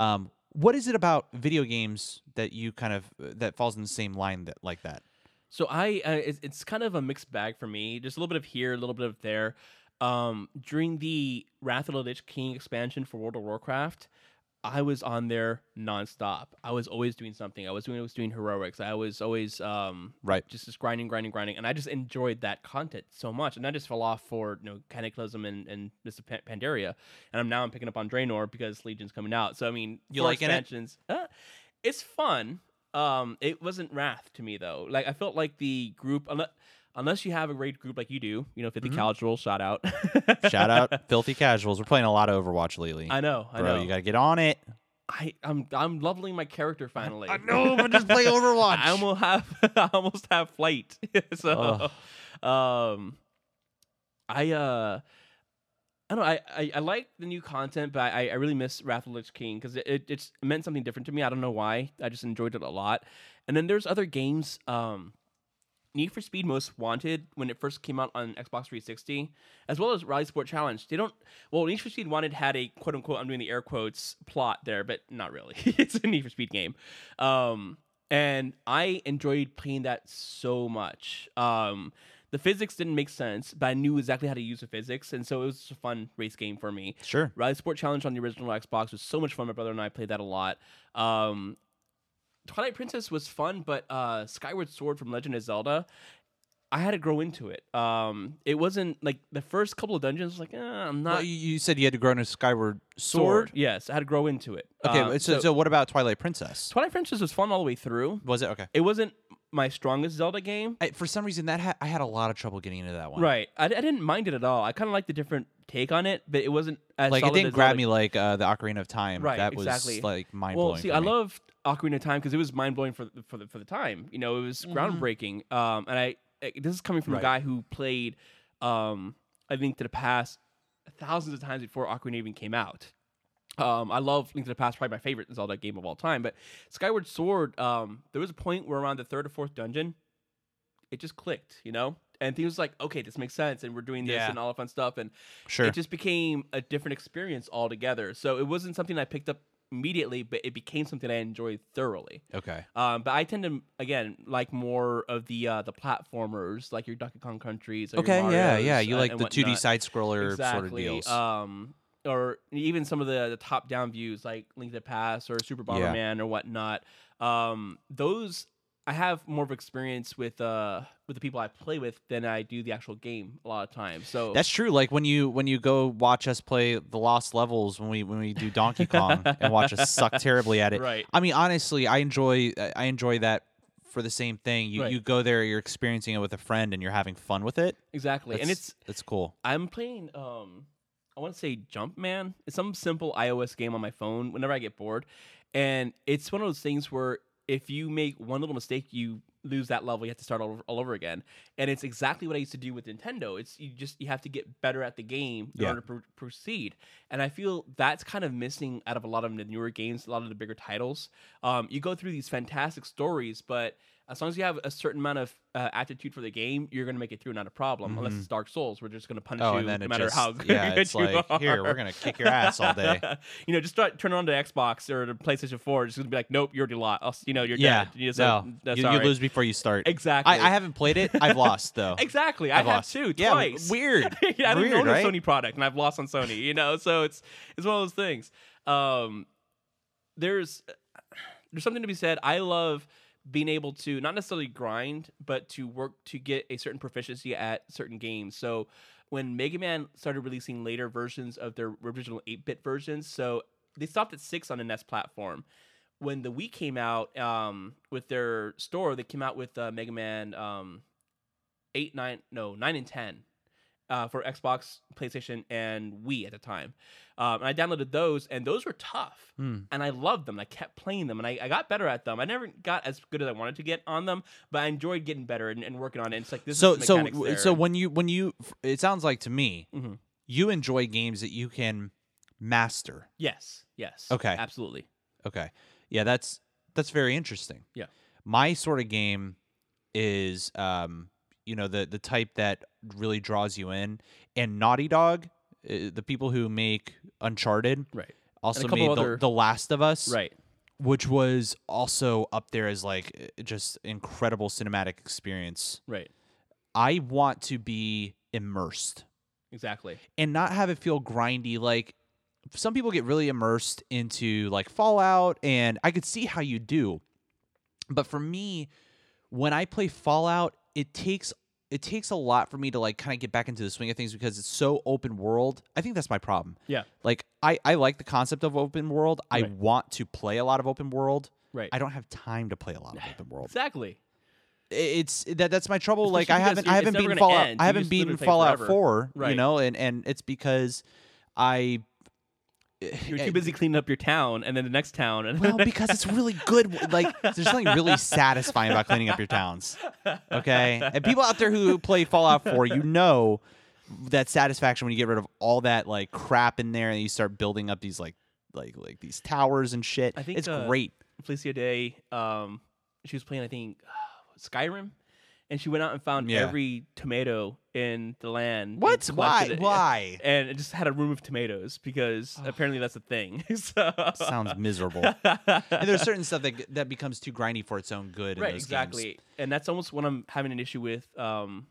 Speaker 1: Um, what is it about video games that you kind of uh, that falls in the same line that like that?
Speaker 2: So I, uh, it's, it's kind of a mixed bag for me. Just a little bit of here, a little bit of there. Um, during the Wrath of the Lich King expansion for World of Warcraft, I was on there nonstop. I was always doing something. I was doing, I was doing heroics. I was always um,
Speaker 1: Right.
Speaker 2: just just grinding, grinding, grinding, and I just enjoyed that content so much. And I just fell off for you know Cataclysm and and Mr. Pan- Pandaria, and I'm now I'm picking up on Draenor because Legion's coming out. So I mean,
Speaker 1: You
Speaker 2: four
Speaker 1: liking it?
Speaker 2: expansions? Uh, it's fun. Um, it wasn't Wrath to me though. Like I felt like the group, unless, unless you have a raid group like you do, you know, 50
Speaker 1: Mhm.
Speaker 2: college roll, shout out, [LAUGHS]
Speaker 1: Shout [LAUGHS] out filthy casuals. We're playing a lot of Overwatch lately.
Speaker 2: I know, I
Speaker 1: Bro,
Speaker 2: know.
Speaker 1: you gotta get on it.
Speaker 2: I, I'm I'm leveling my character finally.
Speaker 1: know, but just [LAUGHS]
Speaker 2: [LAUGHS]
Speaker 1: play Overwatch.
Speaker 2: I almost have [LAUGHS] I almost have flight. [LAUGHS] so um I uh I don't know, I, I, I like the new content, but I, I really miss Wrath of the Lich King because it, it it's it meant something different to me. I don't know why. I just enjoyed it a lot. And then there's other games, um Need for Speed Most Wanted when it first came out on Xbox 360, as well as Rally Sport Challenge. They don't well, Need for Speed Wanted had a quote unquote I'm doing the air quotes plot there, but not really. [LAUGHS] it's a Need for Speed game. Um and I enjoyed playing that so much. Um the physics didn't make sense, but I knew exactly how to use the physics, and so it was just a fun race game for me.
Speaker 1: Sure.
Speaker 2: Rally Sport Challenge on the original Xbox was so much fun. My brother and I played that a lot. Um, Twilight Princess was fun, but uh, Skyward Sword from Legend of Zelda, I had to grow into it. Um, it wasn't like the first couple of dungeons. was Like, eh, I'm not
Speaker 1: Well, you- you said you had to grow into Skyward Sword.
Speaker 2: sword. Yes, I had to grow into it.
Speaker 1: Okay,
Speaker 2: Um,
Speaker 1: so, so what about Twilight Princess?
Speaker 2: Twilight Princess was fun all the way through.
Speaker 1: was it okay?
Speaker 2: It wasn't my strongest Zelda game,
Speaker 1: I, for some reason that ha- I had a lot of trouble getting into that one.
Speaker 2: right? I, I didn't mind it at all. I kind of liked the different take on it, but it wasn't as
Speaker 1: Like it
Speaker 2: solid
Speaker 1: didn't
Speaker 2: as
Speaker 1: grab
Speaker 2: Zelda
Speaker 1: me like uh, the Ocarina of Time.
Speaker 2: Right,
Speaker 1: That was
Speaker 2: exactly.
Speaker 1: like mind blowing.
Speaker 2: Well, see, I love Ocarina of Time because it was mind blowing for the, for the for the time. You know, it was groundbreaking. Um, and I I- this is coming from
Speaker 1: Right.
Speaker 2: a guy who played, um, I think to the past thousands of times before Ocarina even came out. Um, I love Link to the Past, probably my favorite Zelda game of all time. But Skyward Sword, um, there was a point where around the third or fourth dungeon, it just clicked, you know, and he was like, "Okay, this makes sense," and we're doing this
Speaker 1: Yeah.
Speaker 2: and all that fun stuff, and
Speaker 1: Sure.
Speaker 2: it just became a different experience altogether. So it wasn't something I picked up immediately, but it became something I enjoyed thoroughly.
Speaker 1: okay.
Speaker 2: Um, but I tend to again like more of the uh, the platformers, like your Donkey Kong countries. Or your
Speaker 1: Okay. Yeah. Yeah.
Speaker 2: Marios
Speaker 1: You
Speaker 2: and-
Speaker 1: like
Speaker 2: and
Speaker 1: the two D
Speaker 2: whatnot.
Speaker 1: side scroller
Speaker 2: exactly.
Speaker 1: sort of deals.
Speaker 2: Um, or even some of the, the top down views, like Link to the Past or Super
Speaker 1: Yeah.
Speaker 2: Bomberman or whatnot. Um, those I have more of experience with uh, with the people I play with than I do the actual game a lot of times. So
Speaker 1: That's true. Like when you when you go watch us play the Lost Levels when we when we do
Speaker 2: [LAUGHS]
Speaker 1: Donkey Kong and watch us suck terribly at it.
Speaker 2: right.
Speaker 1: I mean, honestly, I enjoy I enjoy that for the same thing. You
Speaker 2: Right.
Speaker 1: you go there, you're experiencing it with a friend, and you're having fun with it.
Speaker 2: Exactly. and
Speaker 1: That's-
Speaker 2: it's
Speaker 1: that's cool.
Speaker 2: I'm playing um I want to say Jumpman. It's some simple iOS game on my phone whenever I get bored. And it's one of those things where if you make one little mistake, you lose that level. You have to start all over, all over again. And it's exactly what I used to do with Nintendo. It's you just you have to get better at the game in
Speaker 1: Yeah.
Speaker 2: order to pr- proceed. And I feel that's kind of missing out of a lot of the newer games, a lot of the bigger titles. Um, you go through these fantastic stories, but as long as you have a certain amount of uh, aptitude for the game, you're going to make it through, not a problem. Unless
Speaker 1: Mhm.
Speaker 2: it's Dark Souls, we're just going to punish
Speaker 1: Oh,
Speaker 2: you
Speaker 1: and then
Speaker 2: no
Speaker 1: it
Speaker 2: matter
Speaker 1: just
Speaker 2: how [LAUGHS] good
Speaker 1: yeah, it's
Speaker 2: you
Speaker 1: like
Speaker 2: are.
Speaker 1: here we're gonna kick your ass all day.
Speaker 2: [LAUGHS] you know, just start turn on to Xbox or to PlayStation Four. It's gonna be like, nope, you already lost. You know, you're
Speaker 1: yeah,
Speaker 2: dead. You, just-
Speaker 1: no,
Speaker 2: that's
Speaker 1: you, you
Speaker 2: all right.
Speaker 1: lose before you start.
Speaker 2: Exactly.
Speaker 1: I, I haven't played it. I've lost
Speaker 2: [LAUGHS]
Speaker 1: though.
Speaker 2: Exactly. I
Speaker 1: I've
Speaker 2: have
Speaker 1: lost.
Speaker 2: too.
Speaker 1: Yeah, w-
Speaker 2: twice. [LAUGHS]
Speaker 1: weird.
Speaker 2: I don't
Speaker 1: Weird,
Speaker 2: even own
Speaker 1: right?
Speaker 2: a Sony product, and I've lost on Sony. You know, so it's it's one of those things. Um, there's there's something to be said. I love being able to not necessarily grind, but to work to get a certain proficiency at certain games. So when Mega Man started releasing later versions of their original 8-bit versions, so they stopped at six on the NES platform. When the Wii came out um, with their store, they came out with uh, Mega Man um, eight, nine, no, nine and ten uh, for Xbox, PlayStation, and Wii at the time. Um, and I downloaded those, and those were tough,
Speaker 1: Hmm.
Speaker 2: and I loved them. And I kept playing them, and I, I got better at them. I never got as good as I wanted to get on them, but I enjoyed getting better and, and working on it. It's like this.
Speaker 1: so
Speaker 2: is the
Speaker 1: so
Speaker 2: mechanics there.
Speaker 1: so when you when you it sounds like to me
Speaker 2: Mhm.
Speaker 1: you enjoy games that you can master.
Speaker 2: yes, yes,
Speaker 1: Okay.
Speaker 2: absolutely,
Speaker 1: Okay. Yeah, that's that's very interesting.
Speaker 2: Yeah.
Speaker 1: My sort of game is um you know the the type that really draws you in and Naughty Dog uh, the people who make Uncharted
Speaker 2: right,
Speaker 1: also
Speaker 2: couple
Speaker 1: made
Speaker 2: other-
Speaker 1: the, the Last of Us
Speaker 2: right.
Speaker 1: which was also up there as like uh, just incredible cinematic experience.
Speaker 2: Right.
Speaker 1: I want to be immersed
Speaker 2: Exactly.
Speaker 1: and not have it feel grindy like some people get really immersed into like fallout and i could see how you do but for me when i play fallout it takes it takes a lot for me to like kind of get back into the swing of things because it's so open world i think that's my problem
Speaker 2: Yeah.
Speaker 1: like i i like the concept of open world i
Speaker 2: Right.
Speaker 1: want to play a lot of open world
Speaker 2: Right.
Speaker 1: i don't have time to play a
Speaker 2: [SIGHS]
Speaker 1: lot of open world
Speaker 2: exactly.
Speaker 1: it's that that's my trouble. like I
Speaker 2: Especially because
Speaker 1: haven't I
Speaker 2: it's
Speaker 1: haven't
Speaker 2: never
Speaker 1: beaten
Speaker 2: gonna
Speaker 1: Fallout
Speaker 2: end.
Speaker 1: I
Speaker 2: You
Speaker 1: haven't
Speaker 2: just literally
Speaker 1: beaten
Speaker 2: play
Speaker 1: Fallout
Speaker 2: forever.
Speaker 1: Four, you
Speaker 2: Right.
Speaker 1: know, and and it's because I
Speaker 2: You're
Speaker 1: eh,
Speaker 2: too busy cleaning up your town, and then the next town, and
Speaker 1: Well, because it's really good. Like there's something
Speaker 2: [LAUGHS]
Speaker 1: really satisfying about cleaning up your towns. Okay, and people out there who play Fallout Four, you know that satisfaction when you get rid of all that like crap in there and you start building up these like like like these towers and shit.
Speaker 2: I think,
Speaker 1: it's
Speaker 2: uh,
Speaker 1: great.
Speaker 2: Felicia Day, um, she was playing, I think, [SIGHS] Skyrim, and she went out and found
Speaker 1: Yeah.
Speaker 2: every tomato in the land.
Speaker 1: What?
Speaker 2: and
Speaker 1: Why?
Speaker 2: collected it,
Speaker 1: Why?
Speaker 2: And it just had a room of tomatoes
Speaker 1: [SIGHS]
Speaker 2: because apparently that's a thing. [LAUGHS] so,
Speaker 1: Sounds miserable. [LAUGHS]
Speaker 2: [LAUGHS]
Speaker 1: and there's certain stuff that that becomes too grindy for its own good. in
Speaker 2: right,
Speaker 1: those games.
Speaker 2: exactly. And that's almost what I'm having an issue with um,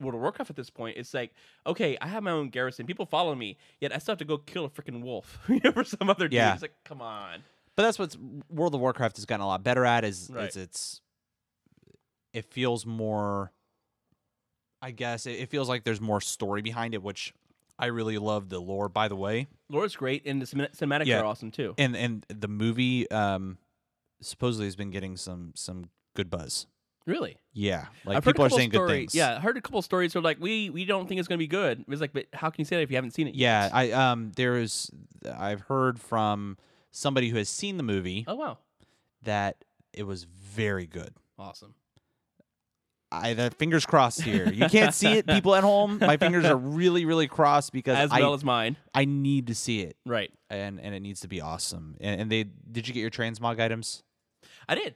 Speaker 2: World of Warcraft at this point. It's like, okay, I have my own garrison, people follow me, yet I still have to go kill a freaking wolf [LAUGHS] for some other dude.
Speaker 1: Yeah.
Speaker 2: It's like, come on.
Speaker 1: But that's what World of Warcraft has gotten a lot better at. Is
Speaker 2: Right.
Speaker 1: it's, it's it feels more. I guess it, it feels like there's more story behind it, which I really love the lore. By the way,
Speaker 2: Laura's great, and the cinem- cinematics
Speaker 1: Yeah.
Speaker 2: are awesome too.
Speaker 1: and and the movie um supposedly has been getting some some good buzz.
Speaker 2: Really?
Speaker 1: Yeah, like
Speaker 2: I've heard a
Speaker 1: people are
Speaker 2: couple
Speaker 1: saying
Speaker 2: story,
Speaker 1: good things.
Speaker 2: Yeah, I heard a couple stories where like we we don't think it's gonna be good. It's like, but how can you say that if you haven't seen it?
Speaker 1: yeah.
Speaker 2: Yet?
Speaker 1: I um there is I've heard from somebody who has seen the movie
Speaker 2: oh wow.
Speaker 1: that it was very good.
Speaker 2: Awesome.
Speaker 1: I the fingers crossed here. You can't see it, people at home. My fingers
Speaker 2: [LAUGHS]
Speaker 1: are really, really crossed because
Speaker 2: As
Speaker 1: I
Speaker 2: well as mine.
Speaker 1: I need to see it,
Speaker 2: Right.
Speaker 1: and and it needs to be awesome. And, and they did you get your transmog items?
Speaker 2: I did.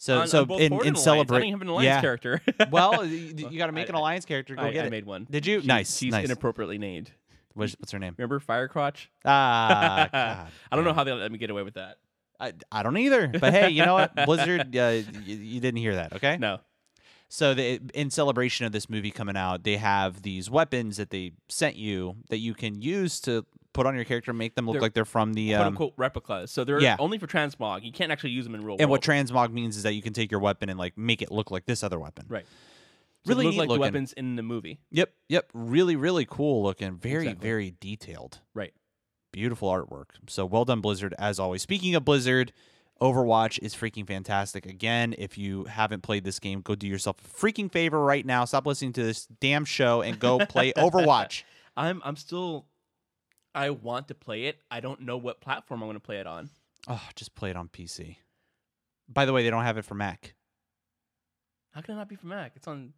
Speaker 1: So
Speaker 2: on,
Speaker 1: so
Speaker 2: on both
Speaker 1: in
Speaker 2: Ford
Speaker 1: in
Speaker 2: and Alliance. I didn't
Speaker 1: celebrate.
Speaker 2: even have an alliance
Speaker 1: yeah.
Speaker 2: character.
Speaker 1: [LAUGHS]
Speaker 2: [LAUGHS]
Speaker 1: well, you, you got to make an
Speaker 2: I-
Speaker 1: alliance character. Go
Speaker 2: I,
Speaker 1: get
Speaker 2: I
Speaker 1: it.
Speaker 2: made one.
Speaker 1: Did you?
Speaker 2: She-
Speaker 1: nice.
Speaker 2: She's
Speaker 1: nice.
Speaker 2: inappropriately named.
Speaker 1: What's, what's
Speaker 2: [LAUGHS]
Speaker 1: her name?
Speaker 2: Remember Firecrotch? [LAUGHS]
Speaker 1: Ah, God.
Speaker 2: I don't know
Speaker 1: man.
Speaker 2: how they let me get away with that.
Speaker 1: I, I don't either. But hey, you know
Speaker 2: [LAUGHS]
Speaker 1: what? Blizzard, uh, you, you didn't hear that, okay?
Speaker 2: No.
Speaker 1: So the, in celebration of this movie coming out, they have these weapons that they sent you that you can use to put on your character and make them look
Speaker 2: They're
Speaker 1: like they're from the
Speaker 2: Quote
Speaker 1: um,
Speaker 2: unquote replicas. So they're
Speaker 1: yeah.
Speaker 2: only for transmog. You can't actually use them in real
Speaker 1: and what
Speaker 2: world.
Speaker 1: transmog means is that you can take your weapon and like make it look like this other weapon.
Speaker 2: Right. So
Speaker 1: Really
Speaker 2: they look
Speaker 1: neat
Speaker 2: like
Speaker 1: looking.
Speaker 2: the weapons in the movie.
Speaker 1: Yep. Yep. Really, really cool looking. Very,
Speaker 2: Exactly.
Speaker 1: very detailed.
Speaker 2: Right.
Speaker 1: Beautiful artwork. So well done, Blizzard, as always. Speaking of Blizzard, Overwatch is freaking fantastic. Again, if you haven't played this game, go do yourself a freaking favor right now. Stop listening to this damn show and go
Speaker 2: [LAUGHS]
Speaker 1: play Overwatch.
Speaker 2: I'm I'm still I want to play it. I don't know what platform I'm going to play it on.
Speaker 1: Oh, just play it on PC. By the way, they don't have it for Mac.
Speaker 2: How can it not be for Mac? It's on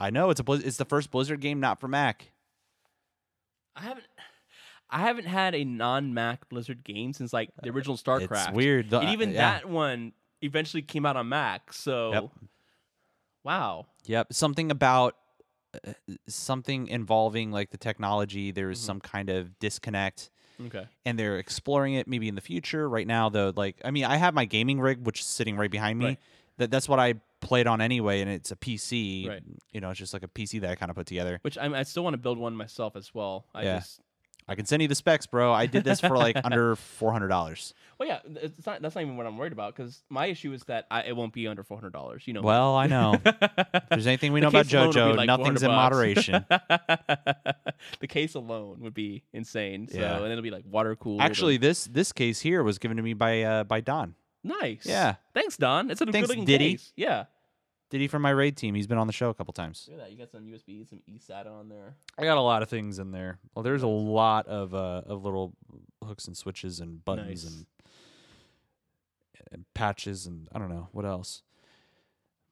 Speaker 1: I know it's a Blizz- it's the first Blizzard game not for Mac.
Speaker 2: I haven't I haven't had a non-Mac Blizzard game since like the original StarCraft.
Speaker 1: It's weird. The-
Speaker 2: And even
Speaker 1: yeah.
Speaker 2: that one eventually came out on Mac. So
Speaker 1: Yep.
Speaker 2: Wow.
Speaker 1: Yep. Something about uh, something involving like the technology. There is some kind of disconnect,
Speaker 2: Okay.
Speaker 1: and they're exploring it maybe in the future. Right now, though, like I mean, I have my gaming rig, which is sitting right behind me.
Speaker 2: Right.
Speaker 1: That that's what I played on anyway, and it's a PC.
Speaker 2: Right.
Speaker 1: You know, it's just like a PC that I kind of put together.
Speaker 2: Which I'm, I still want to build one myself as well. I
Speaker 1: Yeah.
Speaker 2: just
Speaker 1: I can send you the specs, bro. I did this for like [LAUGHS] under four hundred dollars.
Speaker 2: Well, yeah, th- it's not, that's not even what I'm worried about because my issue is that I, it won't be under four hundred dollars. You know.
Speaker 1: Well, I know. if there's anything we know about JoJo, nothing's in
Speaker 2: [LAUGHS]
Speaker 1: moderation. [LAUGHS]
Speaker 2: the case alone would be insane. So,
Speaker 1: Yeah.
Speaker 2: and it'll be like water cooled.
Speaker 1: Actually, this this case here was given to me by uh, by Don.
Speaker 2: nice.
Speaker 1: Yeah.
Speaker 2: Thanks, Don. It's a
Speaker 1: Thanks,
Speaker 2: good looking
Speaker 1: Diddy.
Speaker 2: case. Yeah.
Speaker 1: Did he from my raid team? He's been on the show a couple times.
Speaker 2: Look at that. You got some USB, some eSATA on there.
Speaker 1: I got a lot of things in there. Well, there's a lot of uh, of little hooks and switches and buttons
Speaker 2: Nice.
Speaker 1: and, and patches and I don't know what else.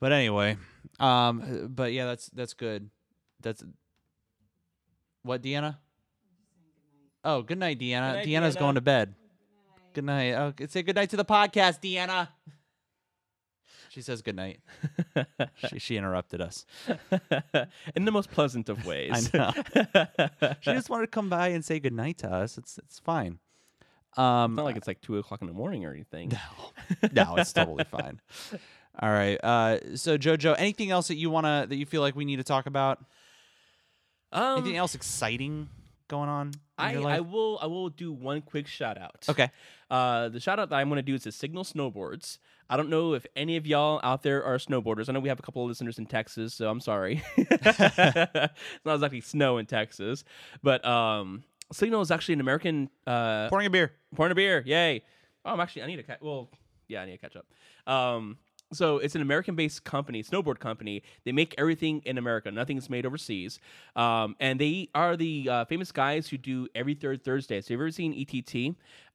Speaker 1: But anyway, um, but yeah, that's that's good. That's what Deanna. Oh, good night, Deanna.
Speaker 2: Good night,
Speaker 1: Deanna's
Speaker 2: Deanna.
Speaker 1: going to bed. Good night. Oh, say good night to the podcast, Deanna. She says good
Speaker 2: [LAUGHS]
Speaker 1: night. she, she interrupted us.
Speaker 2: [LAUGHS] In the most pleasant of ways. [LAUGHS]
Speaker 1: know. She just wanted to come by and say goodnight to us. It's it's fine. Um
Speaker 2: [LAUGHS] Not like it's like two o'clock in the morning or anything.
Speaker 1: no, it's totally fine. All right. Uh so Jojo, anything else that you wanna that you feel like we need to talk about?
Speaker 2: Um,
Speaker 1: anything else exciting going on in
Speaker 2: I,
Speaker 1: your
Speaker 2: I
Speaker 1: life?
Speaker 2: will I will do one quick shout out.
Speaker 1: okay.
Speaker 2: Uh, the shout out that I'm going to do is to Signal Snowboards. I don't know if any of y'all out there are snowboarders. I know we have a couple of listeners in Texas, so I'm sorry. [LAUGHS] it's not exactly snow in Texas, but um, Signal is actually an American uh,
Speaker 1: Pouring a beer.
Speaker 2: Pouring a beer, yay! Oh, I'm actually I need to catch. Well, yeah, I need to catch up. Um, so it's an American-based company, snowboard company. They make everything in America. Nothing's made overseas. Um, and they are the uh, famous guys who do every third Thursday. So have you ever seen ETT?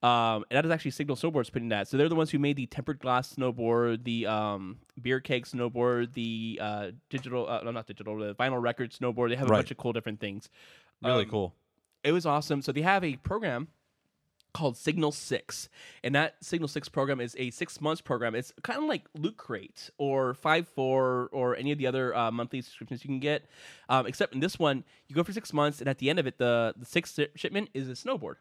Speaker 2: Um, and that is actually Signal Snowboards putting that. So they're the ones who made the tempered glass snowboard, the um, beer keg snowboard, the uh, digital, uh, no, not digital, the vinyl record snowboard. They have a
Speaker 1: Right.
Speaker 2: bunch of cool different things
Speaker 1: Really
Speaker 2: Um,
Speaker 1: cool.
Speaker 2: it was awesome. So they have a program called Signal Six, and that Signal Six program is a six months program. It's kind of like Loot Crate or Five Four or any of the other uh, monthly subscriptions you can get, um, except in this one you go for six months, and at the end of it, the the sixth shi- shipment is a snowboard.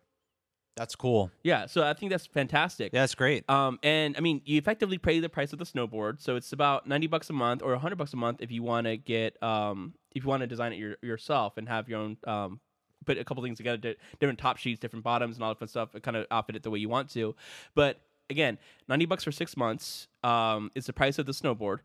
Speaker 1: That's cool.
Speaker 2: Yeah, so I think that's fantastic.
Speaker 1: Yeah, that's great.
Speaker 2: Um, and I mean, you effectively pay the price of the snowboard, so it's about ninety bucks a month or hundred bucks a month if you want to get um, if you want to design it your, yourself and have your own um, put a couple things together, di- different top sheets, different bottoms, and all that fun stuff, and kind of outfit it the way you want to. But again, ninety bucks for six months um, is the price of the snowboard.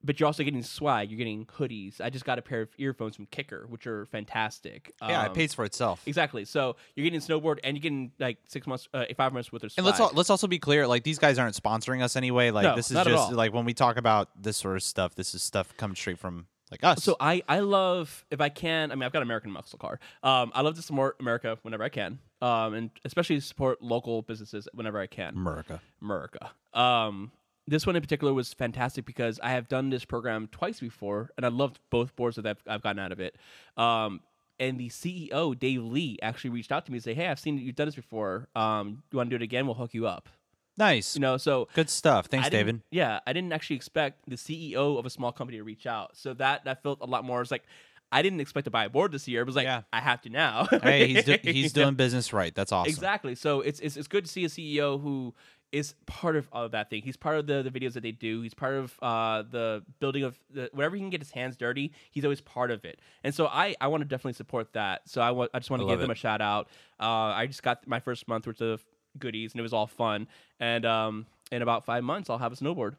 Speaker 2: But you're also getting swag. You're getting hoodies. I just got a pair of earphones from Kicker, which are fantastic.
Speaker 1: yeah, it
Speaker 2: Um,
Speaker 1: pays for itself.
Speaker 2: Exactly. So you're getting snowboard, and you're getting like six months, uh, five months worth of swag.
Speaker 1: And let's al- let's also be clear, like these guys aren't sponsoring us anyway. Like
Speaker 2: No,
Speaker 1: this is
Speaker 2: not at
Speaker 1: just
Speaker 2: all.
Speaker 1: like when we talk about this sort of stuff, this is stuff coming straight from like us.
Speaker 2: So I I love if I can. I mean, I've got an American muscle car. Um, I love to support America whenever I can. Um, and especially support local businesses whenever I can.
Speaker 1: America.
Speaker 2: America. Um, this one in particular was fantastic because I have done this program twice before, and I loved both boards that I've, I've gotten out of it. Um, and the CEO Dave Lee actually reached out to me and said, "Hey, I've seen that you've done this before. Um, you want to do it again? We'll hook you up."
Speaker 1: Nice.
Speaker 2: You know, so
Speaker 1: Good stuff. Thanks,
Speaker 2: I didn't-
Speaker 1: David.
Speaker 2: Yeah, I didn't actually expect the CEO of a small company to reach out. So that that felt a lot more. It's like I didn't expect to buy a board this year. It was like
Speaker 1: Yeah.
Speaker 2: I have to now. [LAUGHS]
Speaker 1: hey, he's do-
Speaker 2: You
Speaker 1: he's
Speaker 2: know?
Speaker 1: doing business right. That's awesome.
Speaker 2: exactly. So it's, it's it's good to see a CEO who is part of all of that thing. He's part of the, the videos that they do. He's part of uh, the building of the, whatever he can get his hands dirty. He's always part of it. And so I, I want to definitely support that. So I want I just want
Speaker 1: I
Speaker 2: to
Speaker 1: love
Speaker 2: give them
Speaker 1: it.
Speaker 2: a shout out. Uh, I just got my first month worth of goodies and it was all fun. And um, in about five months I'll have a snowboard.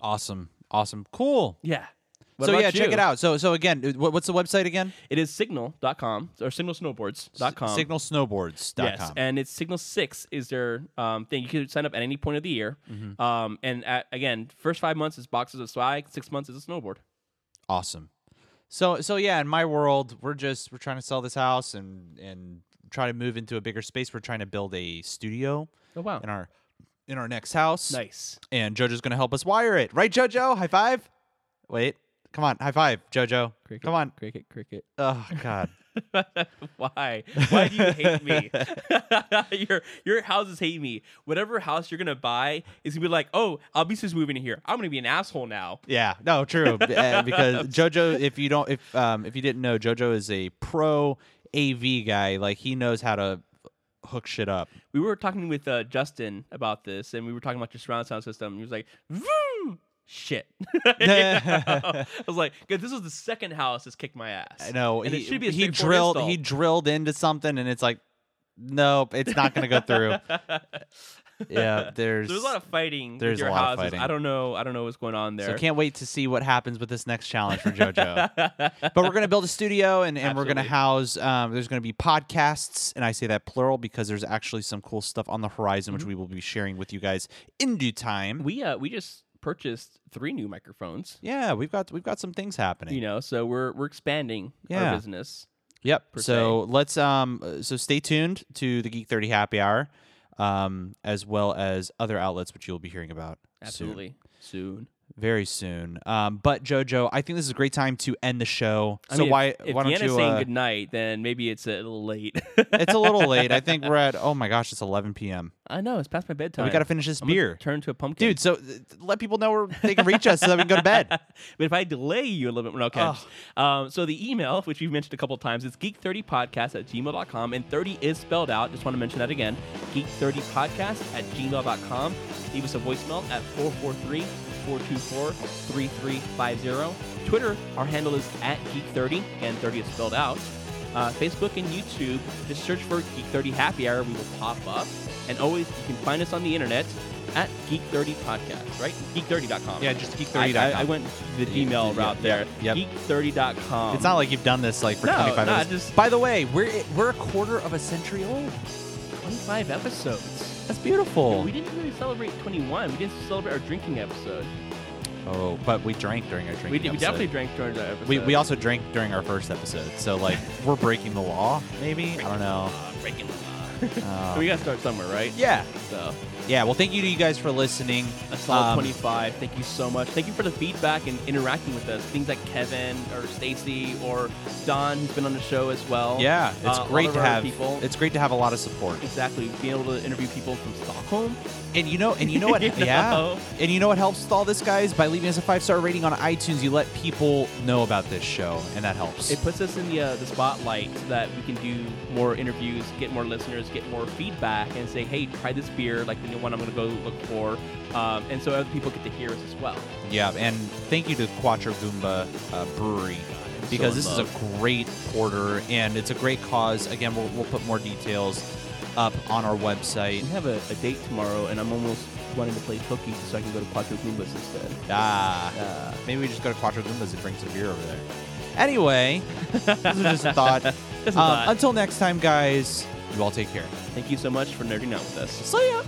Speaker 1: Awesome. Awesome. Cool.
Speaker 2: Yeah. What
Speaker 1: so
Speaker 2: about
Speaker 1: yeah, check
Speaker 2: you?
Speaker 1: it out. So so again, wh- what's the website again?
Speaker 2: It is signal.com or signalsnowboards.com.
Speaker 1: Signalsnowboards.com.
Speaker 2: Yes, and it's Signal Six is their um, thing. You can sign up at any point of the year. Um, and at, again, first five months is boxes of swag. Six months is a snowboard.
Speaker 1: awesome. So so yeah, in my world, we're just we're trying to sell this house and and try to move into a bigger space. We're trying to build a studio
Speaker 2: Oh wow,
Speaker 1: in our in our next house.
Speaker 2: nice.
Speaker 1: And Jojo's gonna help us wire it. Right, Jojo? High five. Wait. Come on, high five, Jojo.
Speaker 2: Cricket,
Speaker 1: Come on.
Speaker 2: cricket, cricket.
Speaker 1: Oh God.
Speaker 2: [LAUGHS] Why? Why do you hate me? [LAUGHS] your your houses hate me. Whatever house you're gonna buy is gonna be like, oh, Albisa's moving here. I'm gonna be an asshole now.
Speaker 1: Yeah, no,
Speaker 2: [LAUGHS]
Speaker 1: true. Uh, because JoJo, if you don't, if um, if you didn't know, JoJo is a pro AV guy. Like he knows how to hook shit up.
Speaker 2: We were talking with uh, Justin about this, and we were talking about your surround sound system. And he was like, "Vroom, shit." [LAUGHS] You know? I was like, "Good, this was the second house that's kicked my ass."
Speaker 1: I know
Speaker 2: And
Speaker 1: he,
Speaker 2: it should be a
Speaker 1: he
Speaker 2: straightforward
Speaker 1: drilled
Speaker 2: install.
Speaker 1: he drilled into something, and it's like, nope, it's not gonna go
Speaker 2: [LAUGHS]
Speaker 1: through. yeah, there's.
Speaker 2: So there's a lot of fighting.
Speaker 1: there's
Speaker 2: with your
Speaker 1: a lot of
Speaker 2: houses.
Speaker 1: fighting.
Speaker 2: I don't know. I don't know what's going on there.
Speaker 1: so can't wait to see what happens with this next challenge for
Speaker 2: [LAUGHS]
Speaker 1: JoJo. but we're gonna build a studio, and, and we're gonna
Speaker 2: Absolutely.
Speaker 1: house. Um, there's gonna be podcasts, and I say that plural because there's actually some cool stuff on the horizon, which we will be sharing with you guys in due time.
Speaker 2: Mm-hmm. we uh we just purchased three new microphones.
Speaker 1: Yeah, we've got we've got some things happening.
Speaker 2: You know, so we're we're expanding
Speaker 1: Yeah.
Speaker 2: our business.
Speaker 1: yep.
Speaker 2: per
Speaker 1: So let's um uh, so stay tuned to the Geek 30 Happy Hour um as well as other outlets which you'll be hearing about soon.
Speaker 2: Absolutely. Soon.
Speaker 1: very soon. Um but Jojo, I think this is a great time to end the show.
Speaker 2: I
Speaker 1: so
Speaker 2: mean, if-
Speaker 1: why
Speaker 2: if
Speaker 1: why don't
Speaker 2: Deanna's
Speaker 1: you
Speaker 2: saying
Speaker 1: uh,
Speaker 2: good night, then maybe it's a little late. [LAUGHS]
Speaker 1: It's a little late. I think we're at oh my gosh, it's 11 p.m.
Speaker 2: I know it's past my bedtime.
Speaker 1: We got to finish this
Speaker 2: I'm gonna
Speaker 1: beer.
Speaker 2: Turn to a pumpkin,
Speaker 1: Dude, so th- let people know where they can reach us so that we can go to bed.
Speaker 2: but if [LAUGHS] I delay you a little bit, no, okay. Um, so the email, which we've mentioned a couple of times, is geek30podcast at gmail.com, and 30 is spelled out. Just want to mention that again. Geek30podcast at gmail.com. Leave us a voicemail at 443-424-3350. Twitter, our handle is at geek30, and 30 is spelled out. Uh, Facebook and YouTube, just search for Geek30 Happy Hour. We will pop up. And always, you can find us on the internet at Geek30 Podcast, right? Geek30.com.
Speaker 1: Yeah, just
Speaker 2: I,
Speaker 1: geek30.com.
Speaker 2: I, I went the Gmail route there.
Speaker 1: yep.
Speaker 2: Geek30.com.
Speaker 1: It's not like you've done this like for
Speaker 2: No,
Speaker 1: 25
Speaker 2: no, I
Speaker 1: minutes.
Speaker 2: just-
Speaker 1: By the way, we're we're a quarter of a century old.
Speaker 2: 25 episodes.
Speaker 1: That's beautiful.
Speaker 2: We didn't really celebrate 21. We didn't celebrate our drinking episode.
Speaker 1: Oh, but we drank during our drinking.
Speaker 2: We, did, we
Speaker 1: episode.
Speaker 2: definitely drank during that episode.
Speaker 1: We, we also drank during our first episode, so like we're breaking the law, maybe. I don't
Speaker 2: [LAUGHS]
Speaker 1: know.
Speaker 2: Uh,
Speaker 1: [LAUGHS]
Speaker 2: breaking the law.
Speaker 1: Uh,
Speaker 2: we got to start somewhere, right?
Speaker 1: yeah,
Speaker 2: So,
Speaker 1: yeah. Well, thank you to you guys for listening.
Speaker 2: a solid
Speaker 1: Um,
Speaker 2: 25. Thank you so much. Thank you for the feedback and interacting with us. Things like Kevin or Stacy or Don, who's been on the show as well.
Speaker 1: Yeah, it's
Speaker 2: Uh, all
Speaker 1: great
Speaker 2: of
Speaker 1: to
Speaker 2: our
Speaker 1: have.
Speaker 2: people.
Speaker 1: It's great to have a lot of support.
Speaker 2: Exactly. Being able to interview people from Stockholm.
Speaker 1: And you know, and
Speaker 2: [LAUGHS]
Speaker 1: you know what?
Speaker 2: You
Speaker 1: Yeah.
Speaker 2: know?
Speaker 1: And you know what helps with all this, guys? By leaving us a five star rating on iTunes, you let people know about this show, and that helps.
Speaker 2: It puts us in the uh, the spotlight so that we can do more interviews, get more listeners, get more feedback, and say, hey, try this beer, like the new one I'm going to go look for. Um, and so other people get to hear us as well.
Speaker 1: yeah. And thank you to Quattro Goomba uh, Brewery. Because this
Speaker 2: in
Speaker 1: is a great porter and it's a great cause. Again, we'll, we'll put more details up on our website.
Speaker 2: We have a, a date tomorrow, and I'm almost wanting to play hooky so I can go to Quattro Goombas instead.
Speaker 1: Ah,
Speaker 2: Uh,
Speaker 1: maybe we just go to Quattro Goombas and drink some beer over there.
Speaker 2: [LAUGHS]
Speaker 1: Anyway, this was just a thought.
Speaker 2: Just a
Speaker 1: Um,
Speaker 2: thought.
Speaker 1: Until next time, guys, you all take care.
Speaker 2: Thank you so much for nerding out with us.
Speaker 1: See ya.